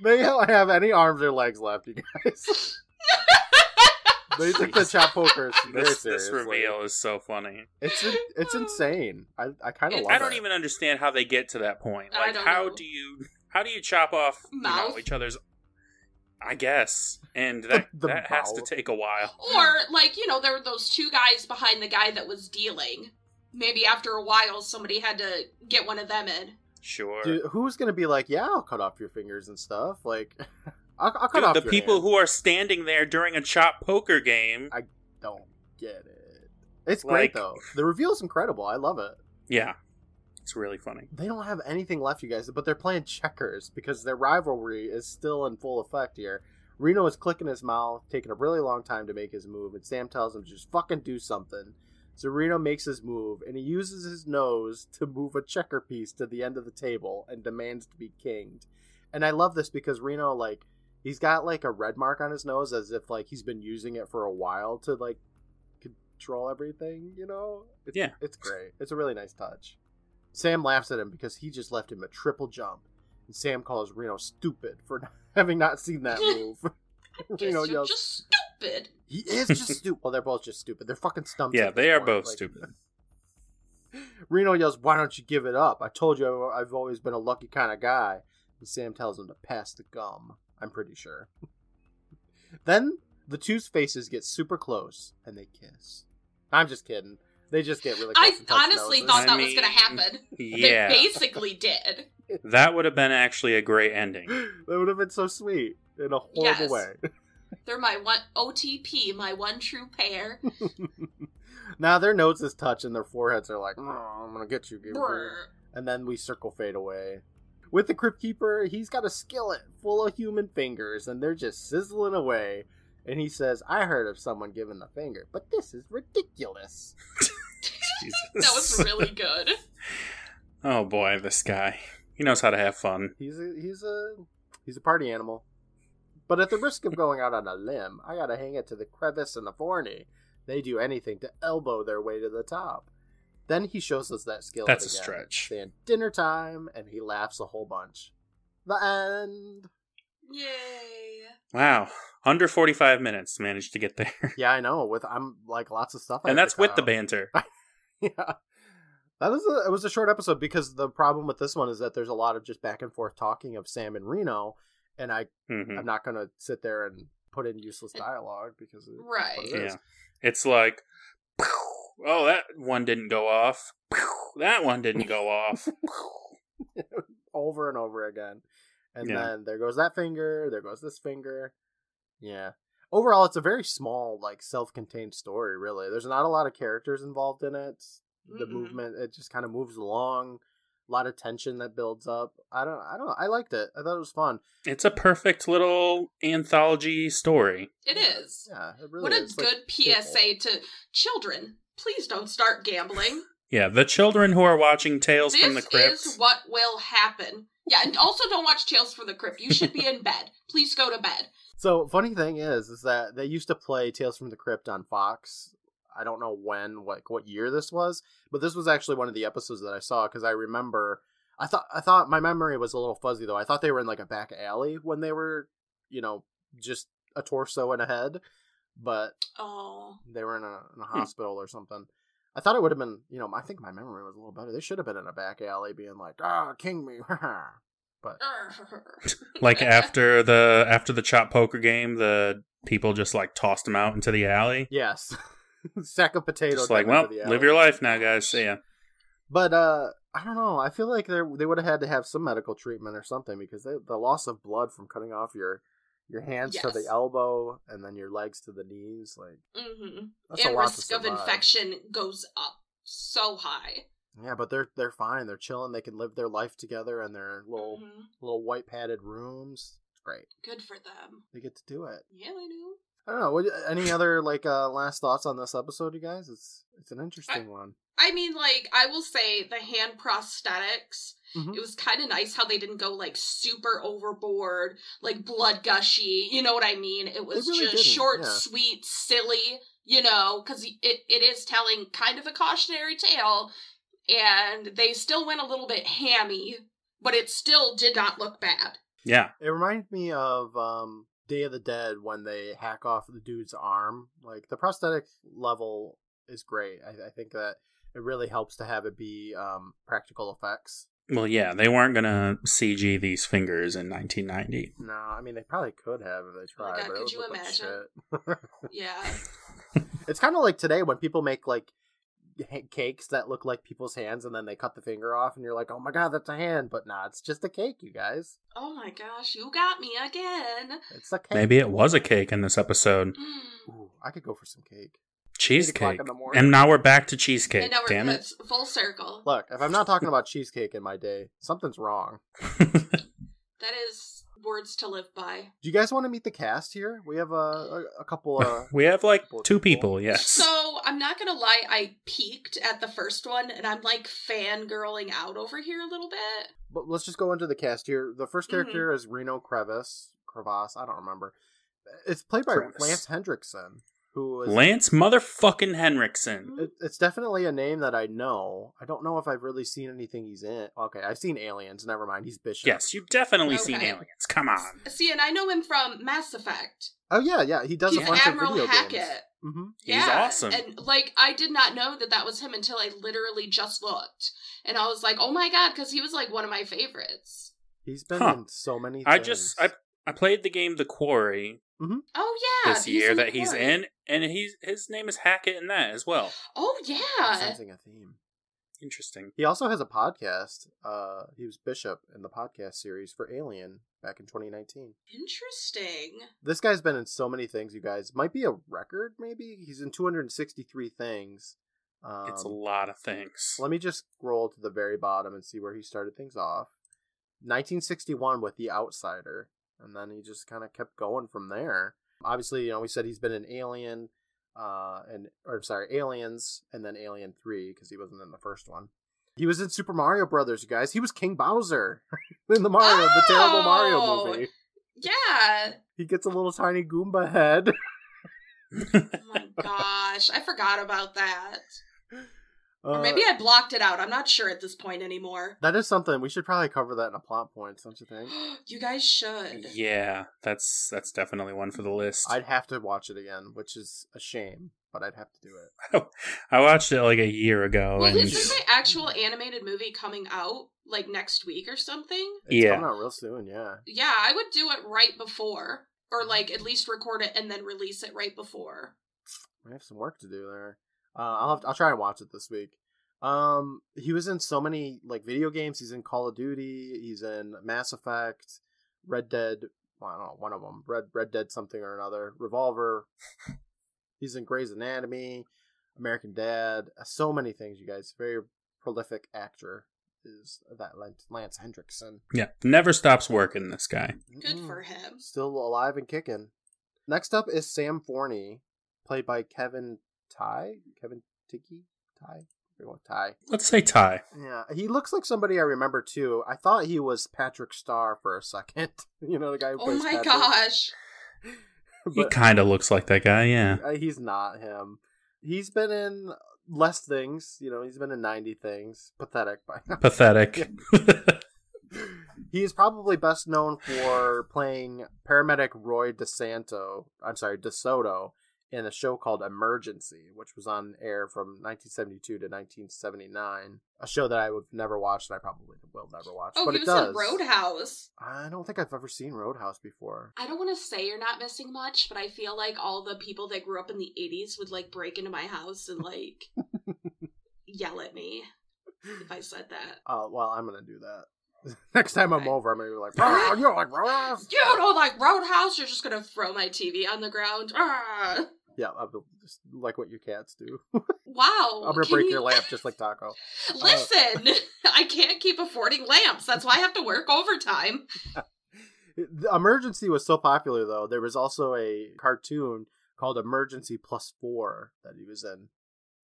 Speaker 1: They don't have any arms or legs left, you guys. they took the chop poker very
Speaker 2: This, this
Speaker 1: seriously.
Speaker 2: reveal is so funny.
Speaker 1: It's in, it's insane. I, I kind of
Speaker 3: It's-
Speaker 1: love
Speaker 2: I don't
Speaker 1: it.
Speaker 2: even understand how they get to that point.
Speaker 3: I
Speaker 2: Like,
Speaker 3: don't
Speaker 2: how
Speaker 3: know.
Speaker 2: do you how do you chop off you know,
Speaker 3: Mouth?
Speaker 2: each other's? I guess, and that
Speaker 1: The- the
Speaker 2: that has to
Speaker 1: mouth.
Speaker 2: take a while.
Speaker 3: Or, like, you know, there were those two guys behind the guy that was dealing. Maybe after a while, somebody had to get one of them in.
Speaker 2: Sure,
Speaker 1: Dude, who's gonna be like, yeah, I'll cut off your fingers and stuff. Like, I'll, I'll cut
Speaker 2: Dude,
Speaker 1: off
Speaker 2: the
Speaker 1: your
Speaker 2: people
Speaker 1: hand.
Speaker 2: who are standing there during a chop poker game.
Speaker 1: I- don't get it. It's great
Speaker 2: Like-
Speaker 1: though. The reveal's incredible. I love it.
Speaker 2: Yeah, it's really funny.
Speaker 1: They don't have anything left, you guys, but they're playing checkers because their rivalry is still in full effect here. Reno is clicking his mouth, taking a really long time to make his move, and Sam tells him to just fucking do something. So Reno makes his move, and he uses his nose to move a checker piece to the end of the table and demands to be kinged. And I love this because Reno, like, he's got like a red mark on his nose as if like he's been using it for a while to like control everything, you know? It's,
Speaker 2: Yeah.
Speaker 1: It's great. It's a really nice touch. Sam laughs at him because he just left him a triple jump. And Sam calls Reno stupid for not- having not seen that move.
Speaker 3: Guess
Speaker 1: Reno
Speaker 3: you're
Speaker 1: yells,
Speaker 3: just stupid.
Speaker 1: He is just stupid. Well, they're both just stupid. They're fucking stumped.
Speaker 2: Yeah,
Speaker 1: at this
Speaker 2: they are
Speaker 1: point.
Speaker 2: both
Speaker 1: Like,
Speaker 2: stupid.
Speaker 1: Reno yells, Why don't you give it up? I told you I've I've always been a lucky kind of guy. And Sam tells him to pass the gum, I'm pretty sure. then the two's faces get super close and they kiss. I'm just kidding. They just get really close.
Speaker 3: I
Speaker 1: and touch
Speaker 3: honestly
Speaker 1: noses.
Speaker 3: thought that
Speaker 2: I
Speaker 3: was going to
Speaker 2: mean,
Speaker 3: happen.
Speaker 2: Yeah,
Speaker 3: They basically did.
Speaker 2: that would have been actually a great ending.
Speaker 1: that would have been so sweet in a horrible
Speaker 3: Yes.
Speaker 1: way.
Speaker 3: They're my one OTP, my one true pair.
Speaker 1: now their noses touch and their foreheads are like, "Oh, I'm going to get you, Gabriel.
Speaker 3: Brr.
Speaker 1: and then we circle fade away. With the Crypt Keeper, he's got a skillet full of human fingers, and they're just sizzling away. And he says, I heard of someone giving the finger, but this is ridiculous.
Speaker 3: That was really good.
Speaker 2: oh boy, this guy. He knows how to have fun.
Speaker 1: He's a, he's a he's a party animal. But at the risk of going out on a limb, I gotta hang it to the crevice and the forney. They do anything to elbow their way to the top. Then he shows us that skill.
Speaker 2: That's a
Speaker 1: again,
Speaker 2: stretch.
Speaker 1: Saying dinner time, and he laughs a whole bunch. The end.
Speaker 3: Yay.
Speaker 2: Wow. Under 45 minutes managed to get there.
Speaker 1: Yeah, I know. With I'm like lots of stuff. I
Speaker 2: and
Speaker 1: have
Speaker 2: that's
Speaker 1: to
Speaker 2: with
Speaker 1: cut
Speaker 2: the
Speaker 1: out.
Speaker 2: banter.
Speaker 1: yeah. That was a, it was a short episode because the problem with this one is that there's a lot of just back and forth talking of Sam and Reno, and I
Speaker 2: hmm
Speaker 1: I'm not gonna sit there and put in useless dialogue because it's what it
Speaker 3: Right.
Speaker 1: is.
Speaker 2: Yeah. It's like, "Pew, oh, that one didn't go off. Pew, That one didn't go off. Pew."
Speaker 1: over and over again, and
Speaker 2: Yeah.
Speaker 1: then there goes that finger, there goes this finger. Yeah. Overall, it's a very small, like self-contained story. Really, there's not a lot of characters involved in it. The
Speaker 3: Mm-mm.
Speaker 1: movement it just kind of moves along. A lot of tension that builds up. I don't. I don't. I liked it. I thought it was fun.
Speaker 2: it's a perfect little anthology story.
Speaker 3: It is.
Speaker 1: Yeah, it really
Speaker 3: What a
Speaker 1: is. It's like
Speaker 3: good PSA to children. Please don't start gambling.
Speaker 2: Yeah, the children who are watching Tales
Speaker 3: this
Speaker 2: from the Crypt.
Speaker 3: is what will happen. Yeah, and also don't watch Tales from the Crypt. You should be in bed. Please go to bed.
Speaker 1: So funny thing is, is that they used to play Tales from the Crypt on Fox. I don't know when, like what year this was, but this was actually one of the episodes that I saw because I remember. I thought I thought my memory was a little fuzzy though. I thought they were in like a back alley when they were, you know, just a torso and a head, but
Speaker 3: Oh.
Speaker 1: they were in a, in a
Speaker 2: Hmm.
Speaker 1: hospital or something. I thought it would have been, you know, I think my memory was a little better. They should have been in a back alley, being like, "Ah, king me," but
Speaker 2: like after the after the chop poker game, the people just like tossed him out into the alley.
Speaker 1: yes, sack of potatoes.
Speaker 2: Just like,
Speaker 1: coming
Speaker 2: well,
Speaker 1: into the
Speaker 2: live
Speaker 1: alley."
Speaker 2: your life now, guys. See ya.
Speaker 1: But uh, I don't know. I feel like they they would have had to have some medical treatment or something because they, the loss of blood from cutting off your your hands to the
Speaker 3: Yes. elbow
Speaker 1: elbow and then your legs to the knees, like
Speaker 3: hmm
Speaker 1: that's a
Speaker 3: and
Speaker 1: lot to
Speaker 3: risk of
Speaker 1: survive.
Speaker 3: infection goes up so high.
Speaker 1: Yeah, but they're they're fine. They're chilling. They can live their life together in their little
Speaker 3: Mhm.
Speaker 1: little white padded rooms. It's great.
Speaker 3: Good for them.
Speaker 1: They get to do it.
Speaker 3: Yeah, I know.
Speaker 1: I don't know. What, any other like uh, last thoughts on this episode, you guys? It's it's an interesting one.
Speaker 3: I mean, like, I will say the hand prosthetics,
Speaker 1: Mhm.
Speaker 3: it was kind of nice how they didn't go, like, super overboard, like, blood gushy. You know what I mean? It was
Speaker 1: really
Speaker 3: just
Speaker 1: didn't,
Speaker 3: short,
Speaker 1: yeah.
Speaker 3: sweet, silly, you know, because it, it is telling kind of a cautionary tale, and they still went a little bit hammy, but it still did not look bad.
Speaker 2: Yeah.
Speaker 1: It reminded me of um, Day of the Dead when they hack off the dude's arm. Like the prosthetic level is great. I, I think that it really helps to have it be um, practical effects.
Speaker 2: Well, yeah, they weren't gonna CG these fingers in 1990.
Speaker 1: No, I mean they probably could have if they
Speaker 3: Oh my
Speaker 1: tried.
Speaker 3: God,
Speaker 1: but it
Speaker 3: could
Speaker 1: would
Speaker 3: you
Speaker 1: look Like
Speaker 3: Yeah.
Speaker 1: shit. it's kind of like today when people make like ha- cakes that look like people's hands and then they cut the finger off and you're like, oh my god, that's a hand, but nah, it's just a cake, you guys.
Speaker 3: oh my gosh, you got me again.
Speaker 1: It's a cake.
Speaker 2: Maybe it was a cake in this episode.
Speaker 3: Mm.
Speaker 1: Ooh, I could go for some cake.
Speaker 2: Cheesecake.
Speaker 1: in the morning.
Speaker 2: And now we're back to cheesecake.
Speaker 3: and now we're
Speaker 2: Damn it.
Speaker 3: it's full circle.
Speaker 1: Look, if I'm not talking about cheesecake in my day, something's wrong.
Speaker 3: That is words to live by.
Speaker 1: Do you guys want to meet the cast here? We have a a, a couple. Uh,
Speaker 2: we have like
Speaker 1: couple of
Speaker 2: two people. Yes.
Speaker 3: So I'm not gonna lie, I peaked at the first one, and I'm like fangirling out over here a little bit.
Speaker 1: But let's just go into the cast here. The first
Speaker 3: Mm-hmm.
Speaker 1: character is Reno Crevis. Crevasse, I don't remember. It's played by
Speaker 2: Crevis.
Speaker 1: Lance Hendrickson, who is.
Speaker 2: Lance motherfucking Henriksen.
Speaker 1: it, it's definitely a name that I know. I don't know if I've really seen anything he's in. Okay, I've seen Aliens. Never mind. He's Bishop.
Speaker 2: Yes, you've definitely
Speaker 3: Okay.
Speaker 2: seen aliens. Come on.
Speaker 3: See, and I know him from Mass Effect.
Speaker 1: Oh yeah, yeah. He does
Speaker 2: Yeah.
Speaker 1: a bunch
Speaker 3: Admiral
Speaker 1: of video
Speaker 3: Hackett.
Speaker 1: games. hmm
Speaker 2: He's awesome.
Speaker 3: And like, I did not know that that was him until I literally just looked, and I was like, oh my god, because he was like one of my favorites.
Speaker 1: He's been
Speaker 2: Huh.
Speaker 1: in so many.
Speaker 2: I
Speaker 1: things.
Speaker 2: just I I played the game The Quarry
Speaker 3: Oh yeah,
Speaker 2: this
Speaker 3: he's
Speaker 2: year
Speaker 3: in the
Speaker 2: that he's
Speaker 3: quarry.
Speaker 2: in, and he's his name is Hackett in that as well.
Speaker 3: Oh
Speaker 1: I'm
Speaker 3: yeah,
Speaker 1: sensing a theme.
Speaker 2: Interesting.
Speaker 1: He also has a podcast. Uh, he was Bishop in the podcast series for Alien back in 2019.
Speaker 3: interesting.
Speaker 1: This guy's been in so many things, you guys. Might be a record, maybe? He's in 263 things. Um,
Speaker 2: it's a lot of things.
Speaker 1: Let me just scroll to the very bottom and see where he started things off. 1961 with The Outsider, and then he just kind of kept going from there. Obviously, you know, we said he's been an alien. uh, and or sorry, Aliens, and then Alien Three because he wasn't in the first one. He was in Super Mario Brothers, you guys. He was King Bowser in the Mario, the terrible
Speaker 3: Oh!
Speaker 1: Mario movie.
Speaker 3: Yeah.
Speaker 1: He gets a little tiny Goomba head.
Speaker 3: Oh my gosh, I forgot about that.
Speaker 1: Uh,
Speaker 3: or maybe I blocked it out. I'm not sure at this point anymore.
Speaker 1: that is something we should probably cover that in a plot point, don't you think?
Speaker 3: you guys should.
Speaker 2: Yeah, that's that's definitely one for the list. I,
Speaker 1: I'd have to watch it again, which is a shame, but I'd have to do it.
Speaker 2: watched it like a year ago,
Speaker 3: Well,
Speaker 2: and
Speaker 3: is there an actual animated movie coming out like next week or something?
Speaker 1: It's
Speaker 2: Yeah.
Speaker 1: coming out real soon. Yeah,
Speaker 3: Yeah, I would do it right before, or
Speaker 1: Mm-hmm.
Speaker 3: like at least record it and then release it right before.
Speaker 1: we have some work to do there. Uh, I'll have to, I'll try and watch it this week. Um, he was in so many like video games. He's in Call of Duty. He's in Mass Effect, Red Dead. Well, I don't know one of them. Red Red Dead something or another. Revolver. he's in Grey's Anatomy, American Dad. uh, So many things, you guys. Very prolific actor is that Lance, Lance Hendrickson.
Speaker 2: yeah, never stops working. This guy.
Speaker 3: Good
Speaker 1: Mm.
Speaker 3: for him.
Speaker 1: still alive and kicking. Next up is Sam Forney, played by Kevin Ty. Kevin Tiki? Ty? Everyone, Ty.
Speaker 2: Let's say Ty.
Speaker 1: Yeah, he looks like somebody I remember too. I thought he was Patrick Starr for a second. you know, the guy who
Speaker 3: Oh
Speaker 1: plays
Speaker 3: my
Speaker 1: Patrick.
Speaker 3: gosh.
Speaker 2: He
Speaker 1: But-
Speaker 2: kind of looks like that guy. Yeah.
Speaker 1: Uh, he's not him. He's been in less things. You know, he's been in 90 things. Pathetic by now.
Speaker 2: Pathetic.
Speaker 1: He is probably best known for playing paramedic Roy DeSanto, I'm sorry, DeSoto, in a show called Emergency, which was on air from 1972 to 1979. A show that I would never watch and I probably will never watch.
Speaker 3: Oh,
Speaker 1: but
Speaker 3: he
Speaker 1: it
Speaker 3: was
Speaker 1: does.
Speaker 3: in Roadhouse.
Speaker 1: I don't think I've ever seen Roadhouse before.
Speaker 3: I don't want to say you're not missing much, but I feel like all the people that grew up in the 80s would like break into my house and like yell at me if I said that.
Speaker 1: Uh, well, I'm going to do that. Next time I'm
Speaker 3: Okay.
Speaker 1: over, I'm going to be like, "Rawr, you're like Roadhouse?
Speaker 3: You know, oh, like Roadhouse, you're just gonna throw my TV on the ground. Ah.
Speaker 1: Yeah, I'll be just like what your cats do.
Speaker 3: Wow.
Speaker 1: I'm going to
Speaker 3: can
Speaker 1: break
Speaker 3: you-
Speaker 1: your lamp just like Taco.
Speaker 2: Uh.
Speaker 3: Listen, I can't keep affording lamps. That's why I have to work overtime.
Speaker 1: The emergency was so popular though. There was also a cartoon called Emergency Plus Four that he was in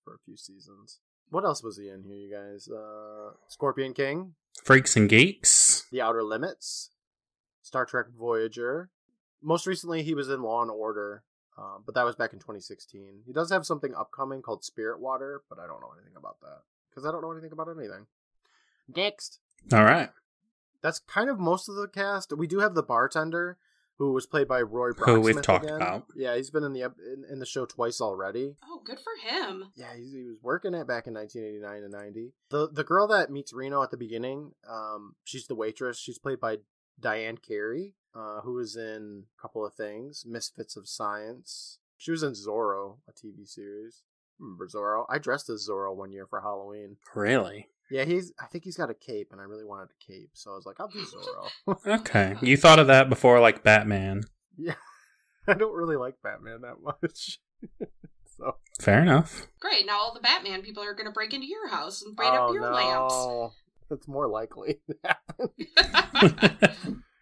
Speaker 1: for a few seasons. What else was he in here, you guys? Uh, Scorpion King,
Speaker 2: Freaks and geeks.
Speaker 1: The Outer Limits, Star Trek Voyager. Most recently, he was in Law and Order, um, but that was back in 2016. He does have something upcoming called Spirit Water, but I don't know anything about that because I don't know anything about anything. Next,
Speaker 2: All right.
Speaker 1: that's kind of most of the cast. We do have the bartender who was played by Roy Brocksmith.
Speaker 2: Who we've talked
Speaker 1: again.
Speaker 2: about.
Speaker 1: Yeah, he's been in the ep- in, in the show twice already.
Speaker 3: Oh, good for him.
Speaker 1: Yeah, he's, he was working it back in 1989 and 90. The the girl that meets Reno at the beginning, um, she's the waitress. She's played by Diane Carey, uh, who was in a couple of things, Misfits of Science. She was in Zorro, a TV series. Remember Zorro? I dressed as Zorro one year for Halloween.
Speaker 2: Really?
Speaker 1: Yeah, he's. I think he's got a cape, and I really wanted a cape, so I was like, I'll do Zorro.
Speaker 2: Okay. You thought of that before, like Batman.
Speaker 1: Yeah. I don't really like Batman that much. so
Speaker 2: Fair enough.
Speaker 3: Great. Now all the Batman people are gonna break into your house and bright
Speaker 2: Oh,
Speaker 3: up your
Speaker 1: That's more likely.
Speaker 3: lamps.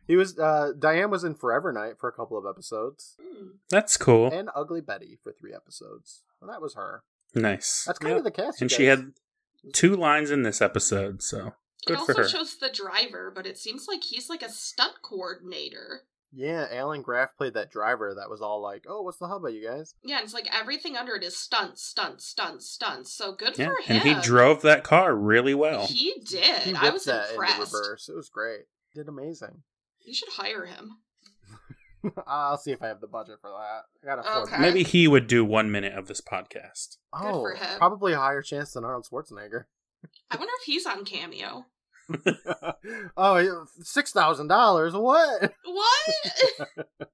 Speaker 1: he was uh Diane was in Forever Night for a couple of episodes.
Speaker 3: Hmm.
Speaker 2: That's cool.
Speaker 1: And Ugly Betty for three episodes. And that was her.
Speaker 2: Nice.
Speaker 1: That's kind of the cast. you
Speaker 2: And she
Speaker 1: guys.
Speaker 2: had two lines in this episode, so
Speaker 3: It
Speaker 2: good
Speaker 3: also
Speaker 2: for her.
Speaker 3: shows the driver, but it seems like he's like a stunt coordinator.
Speaker 1: Yeah, Alan Graff played that driver that was all like, Oh, what's the hub you guys?
Speaker 3: Yeah, and it's like everything under it is stunts, stunts, stunts, stunts. So good
Speaker 2: yeah.
Speaker 3: for him.
Speaker 2: And he drove that car really well.
Speaker 3: He did.
Speaker 1: He
Speaker 3: I
Speaker 1: whipped
Speaker 3: was
Speaker 1: that
Speaker 3: impressed.
Speaker 1: into reverse. It was great. Did amazing.
Speaker 3: You should hire him.
Speaker 1: I'll see if I have the budget for that. I gotta afford
Speaker 3: Okay.
Speaker 1: it.
Speaker 2: Maybe he would do one minute of this podcast.
Speaker 3: Good
Speaker 1: Oh,
Speaker 3: for him.
Speaker 1: probably a higher chance than Arnold Schwarzenegger.
Speaker 3: I wonder if he's on cameo.
Speaker 1: oh, six thousand dollars. What?
Speaker 3: What?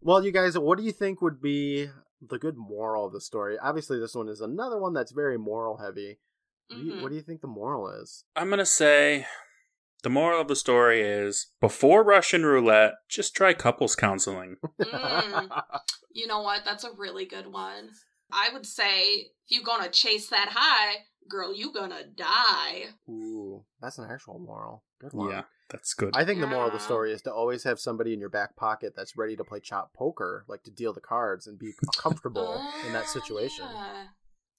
Speaker 1: Well, you guys, what do you think would be the good moral of the story? Obviously, this one is another one that's very moral heavy. What, do you,
Speaker 3: Mhm.
Speaker 1: what do you think the moral is?
Speaker 2: I'm gonna say the moral of the story is before Russian roulette, just try couples counseling.
Speaker 3: Mm. You know what? That's a really good one. I would say if you gonna chase that high, girl, you gonna die.
Speaker 1: Ooh, that's an actual moral. Good one.
Speaker 2: Yeah. That's good.
Speaker 1: I think the moral of the
Speaker 3: Yeah.
Speaker 1: story is to always have somebody in your back pocket that's ready to play chop poker, like to deal the cards and be comfortable in that situation.
Speaker 3: Ah,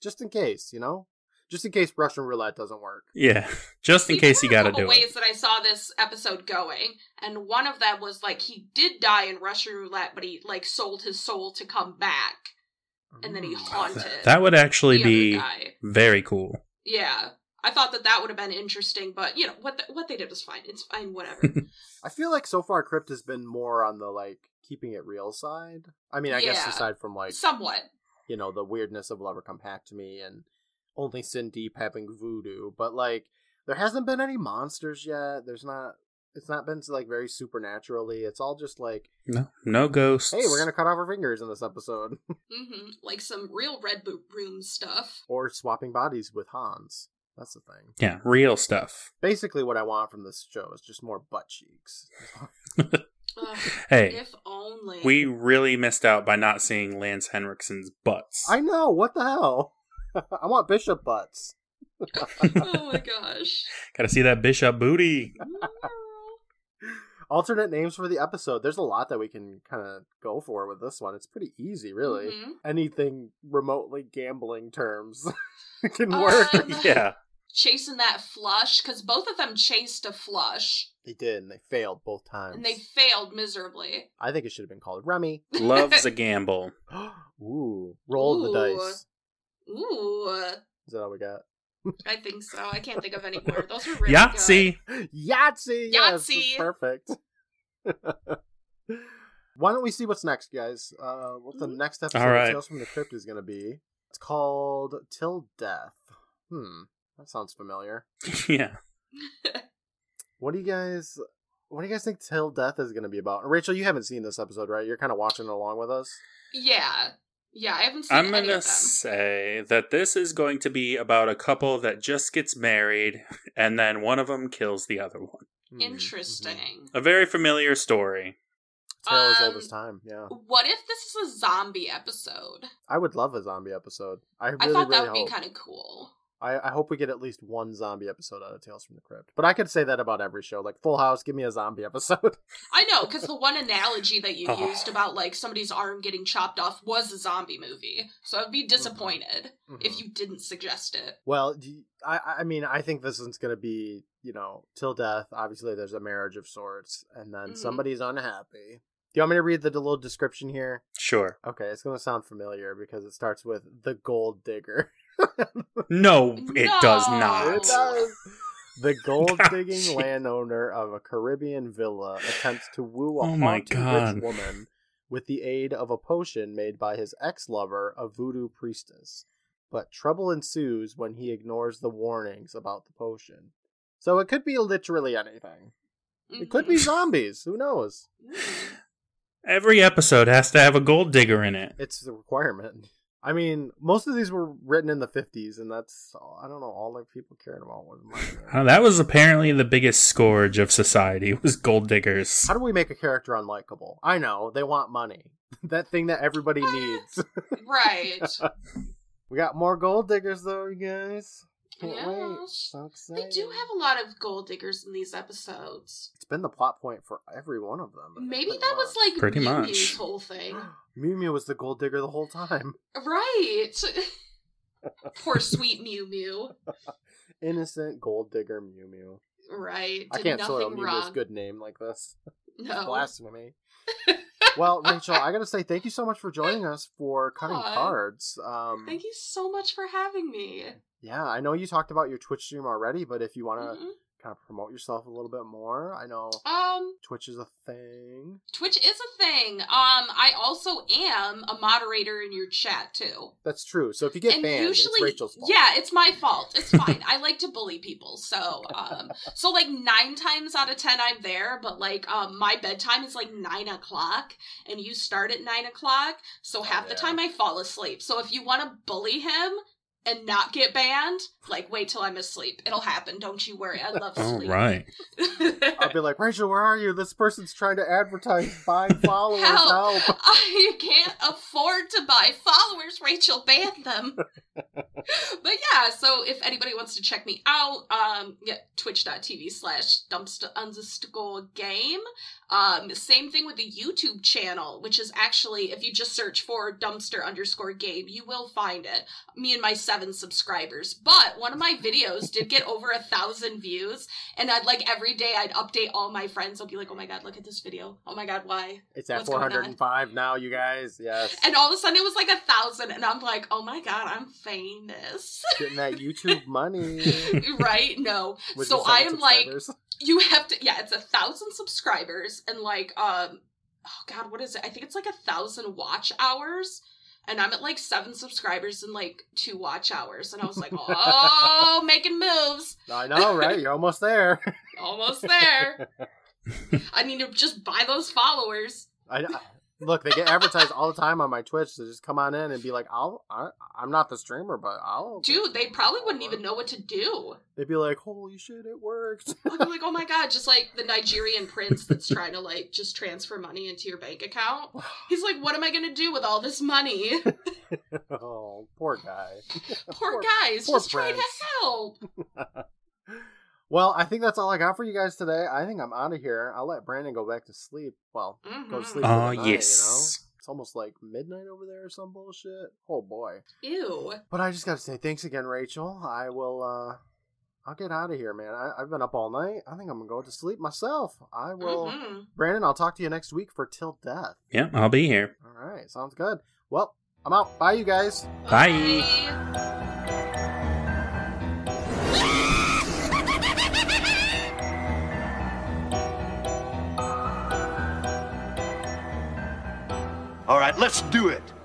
Speaker 1: Just in case, you know? Just in case Russian roulette doesn't work.
Speaker 2: yeah. Just in
Speaker 3: See,
Speaker 2: case you
Speaker 3: there were
Speaker 2: got to
Speaker 3: a couple
Speaker 2: do
Speaker 3: ways
Speaker 2: it.
Speaker 3: that I saw this episode going, and one of them was like he did die in Russian roulette, but he like sold his soul to come back, and
Speaker 1: Mm.
Speaker 3: then he haunted.
Speaker 2: That would actually
Speaker 3: the other
Speaker 2: be
Speaker 3: guy.
Speaker 2: very cool.
Speaker 3: Yeah, I thought that that would have been interesting, but you know what? The, what they did was fine. It's fine, whatever.
Speaker 1: I feel like so far Crypt has been more on the like keeping it real side. I mean, I guess
Speaker 3: Yeah.
Speaker 1: aside from like
Speaker 3: Somewhat.
Speaker 1: you know the weirdness of Lover Come Back to Me and only Sin Deep having voodoo, but like there hasn't been any monsters yet. There's not. It's not been like very supernaturally. It's all just like,
Speaker 2: No, no ghosts.
Speaker 1: hey, we're gonna cut off our fingers in this episode,
Speaker 3: hmm Like some real Red Boot Room stuff.
Speaker 1: or swapping bodies with Hans. That's the thing.
Speaker 2: Yeah, real stuff.
Speaker 1: Basically, what I want from this show is just more butt cheeks.
Speaker 3: Ugh,
Speaker 2: Hey,
Speaker 3: if only.
Speaker 2: we really missed out by not seeing Lance Henriksen's butts.
Speaker 1: I know what the hell. I want bishop butts.
Speaker 3: oh my gosh.
Speaker 2: Gotta see that bishop booty.
Speaker 1: alternate names for the episode. There's a lot that we can kind of go for with this one. It's pretty easy, really.
Speaker 3: Mhm.
Speaker 1: Anything remotely gambling terms can work.
Speaker 3: Um,
Speaker 2: Yeah.
Speaker 3: Chasing that flush, because both of them chased a flush,
Speaker 1: they did, and they failed both times.
Speaker 3: and they failed miserably.
Speaker 1: I think it should have been called Remy.
Speaker 2: Loves a gamble.
Speaker 1: Ooh, roll
Speaker 3: Ooh.
Speaker 1: the dice.
Speaker 3: Ooh,
Speaker 1: Is that all we got?
Speaker 3: I think so. I can't think of any more. Those were really
Speaker 2: Yahtzee.
Speaker 1: Yahtzee. Yes, that's
Speaker 3: Yahtzee!
Speaker 1: perfect. Why don't we see what's next, guys? Uh, what
Speaker 3: Hmm?
Speaker 1: the next episode
Speaker 2: All
Speaker 1: of
Speaker 2: right.
Speaker 1: Tales from the Crypt is going to be? It's called Till Death. Hmm, that sounds familiar.
Speaker 2: yeah.
Speaker 1: What do you guys? What do you guys think Till Death is going to be about? Rachel, you haven't seen this episode, right? You're kind of watching along with us.
Speaker 3: Good. Yeah, yeah. I haven't seen
Speaker 2: I'm
Speaker 3: any
Speaker 2: gonna
Speaker 3: of them.
Speaker 2: say that this is going to be about a couple that just gets married and then one of them kills the other one.
Speaker 1: Hmm, mhm.
Speaker 3: Interesting.
Speaker 2: A very familiar story.
Speaker 1: Tale as old
Speaker 3: Um,
Speaker 1: as time. Yeah,
Speaker 3: What if this is a zombie episode?
Speaker 1: I would love a zombie episode. I really,
Speaker 3: I thought that
Speaker 1: really hope.
Speaker 3: would be kind of cool.
Speaker 1: I, I hope we get at least one zombie episode out of Tales from the Crypt. But I could say that about every show. Like Full House, give me a zombie episode.
Speaker 3: I know, because the one analogy that you
Speaker 2: Oh.
Speaker 3: used about like somebody's arm getting chopped off was a zombie movie. So I'd be disappointed
Speaker 2: Mm-hmm.
Speaker 3: if you didn't suggest it.
Speaker 1: Mm-hmm. Well, do you- I I mean I think this one's gonna be you know till death. Obviously, there's a marriage of sorts, and then
Speaker 3: Mhm.
Speaker 1: somebody's unhappy. Do you want me to read the little description here?
Speaker 2: Sure.
Speaker 1: Okay, it's gonna sound familiar because it starts with the gold digger.
Speaker 2: No, it does
Speaker 3: No.
Speaker 2: not.
Speaker 1: It does. The gold digging
Speaker 2: Gee.
Speaker 1: landowner of a Caribbean villa attempts to woo a
Speaker 2: Oh my
Speaker 1: haughty
Speaker 2: God.
Speaker 1: rich woman with the aid of a potion made by his ex lover, a voodoo priestess. But trouble ensues when he ignores the warnings about the potion. So it could be literally anything. It could be
Speaker 2: Mm-hmm.
Speaker 1: zombies. Who knows?
Speaker 3: Mhm.
Speaker 2: Every episode has to have a gold digger in it.
Speaker 1: It's the requirement. I mean, most of these were written in the 50s, and that's, I don't know, all that people cared about was money.
Speaker 2: Uh, that was apparently the biggest scourge of society was gold diggers.
Speaker 1: How do we make a character unlikable? I know, they want money. that thing that everybody needs.
Speaker 3: Mm-hmm. Right.
Speaker 1: we got more gold diggers though, you guys. Can't wait.
Speaker 3: Yes.
Speaker 1: So
Speaker 3: They
Speaker 1: excited.
Speaker 3: do have a lot of gold diggers in these episodes.
Speaker 1: It's been the plot point for every one of them.
Speaker 3: Maybe that was like
Speaker 2: Pretty
Speaker 3: Mew
Speaker 2: much.
Speaker 3: Mew's whole thing.
Speaker 1: Mew Mew was the gold digger the whole time.
Speaker 3: Right. Poor sweet Mew Mew.
Speaker 1: Innocent gold digger Mew Mew.
Speaker 3: Right.
Speaker 1: I
Speaker 3: Did
Speaker 1: can't
Speaker 3: nothing
Speaker 1: soil Mew Mew's
Speaker 3: wrong. Oh.
Speaker 1: good name like this.
Speaker 3: No.
Speaker 1: Blasphemy. well, Rachel, I gotta say thank you so much for joining us for cutting
Speaker 3: Aw.
Speaker 1: cards. Um,
Speaker 3: Thank you so much for having me.
Speaker 1: Yeah, I know you talked about your Twitch stream already, but if you wanna
Speaker 3: Mhm.
Speaker 1: kind of promote yourself a little bit more. I know
Speaker 3: Um,
Speaker 1: Twitch is a thing.
Speaker 3: Twitch is a thing. Um, I also am a moderator in your chat too.
Speaker 1: That's true. So if you get banned, it's Rachel's fault.
Speaker 3: yeah, it's my fault. It's fine. I like to bully people, so um, so like nine times out of ten I'm there, but like um, my bedtime is like nine o'clock, and you start at nine o'clock, so half
Speaker 1: Oh, yeah.
Speaker 3: the time I fall asleep. So if you want to bully him and not get banned, like wait till I'm asleep. It'll happen. Don't you worry. I love
Speaker 2: All
Speaker 3: sleep.
Speaker 2: right.
Speaker 1: I'll be like, Rachel, where are you? This person's trying to advertise buying followers.
Speaker 3: Help.
Speaker 1: Help.
Speaker 3: I can't afford to buy followers, Rachel. Ban them. but yeah, so if anybody wants to check me out, um, yeah, twitch.tv slash dumpster underscore game. Um, same thing with the YouTube channel, which is actually, if you just search for dumpster underscore game, you will find it. Me and my seven subscribers. But one of my videos did get over a thousand views, and I'd like every day I'd update all my friends. I'll be like, oh my god, look at this video. Oh my god, why?
Speaker 1: It's at
Speaker 3: What's going on?
Speaker 1: 405 now, you guys. Yes.
Speaker 3: And all of a sudden it was like a thousand, and I'm like, oh my god, I'm famous.
Speaker 1: Getting that YouTube money.
Speaker 3: right? No.
Speaker 1: with
Speaker 3: so
Speaker 1: the
Speaker 3: I
Speaker 1: seven
Speaker 3: am like,
Speaker 1: subscribers.
Speaker 3: you have to, yeah, it's a thousand subscribers and like, um, oh god, what is it? I think it's like a thousand watch hours. And I'm at like seven subscribers and like two watch hours. And I was like, oh, making moves.
Speaker 1: I know, right? You're almost there.
Speaker 3: Almost there. I need to just buy those followers.
Speaker 1: I, I- look. They get advertised all the time on my Twitch. So just come on in and be like, "I'll." I, I'm not the streamer, but I'll.
Speaker 3: Dude, they probably wouldn't even know what to do.
Speaker 1: They'd be like, "Holy shit, it worked!"
Speaker 3: I'd be like, oh my god, just like the Nigerian prince that's trying to like just transfer money into your bank account. He's like, what am I gonna do with all this money?
Speaker 1: oh, poor guy.
Speaker 3: Poor guys,
Speaker 1: poor
Speaker 3: just trying to
Speaker 1: prince.
Speaker 3: help.
Speaker 1: Well, I think that's all I got for you guys today. I think I'm out of here. I'll let Brandon go back to sleep. Well, go to
Speaker 3: Mhm.
Speaker 1: sleep. for
Speaker 2: Oh,
Speaker 1: the night,
Speaker 2: yes.
Speaker 1: You know? It's almost like midnight over there or some bullshit. Oh boy.
Speaker 3: Ew.
Speaker 1: But I just got to say thanks again, Rachel. I will. uh I'll get out of here, man. I, I've been up all night. I think I'm gonna go to sleep myself. I will.
Speaker 3: Mhm.
Speaker 1: Brandon, I'll talk to you next week for Till Death.
Speaker 2: Yeah, I'll be here.
Speaker 1: All right, sounds good. Well, I'm out. Bye, you guys.
Speaker 2: Bye.
Speaker 3: Bye.
Speaker 6: All right, let's do it.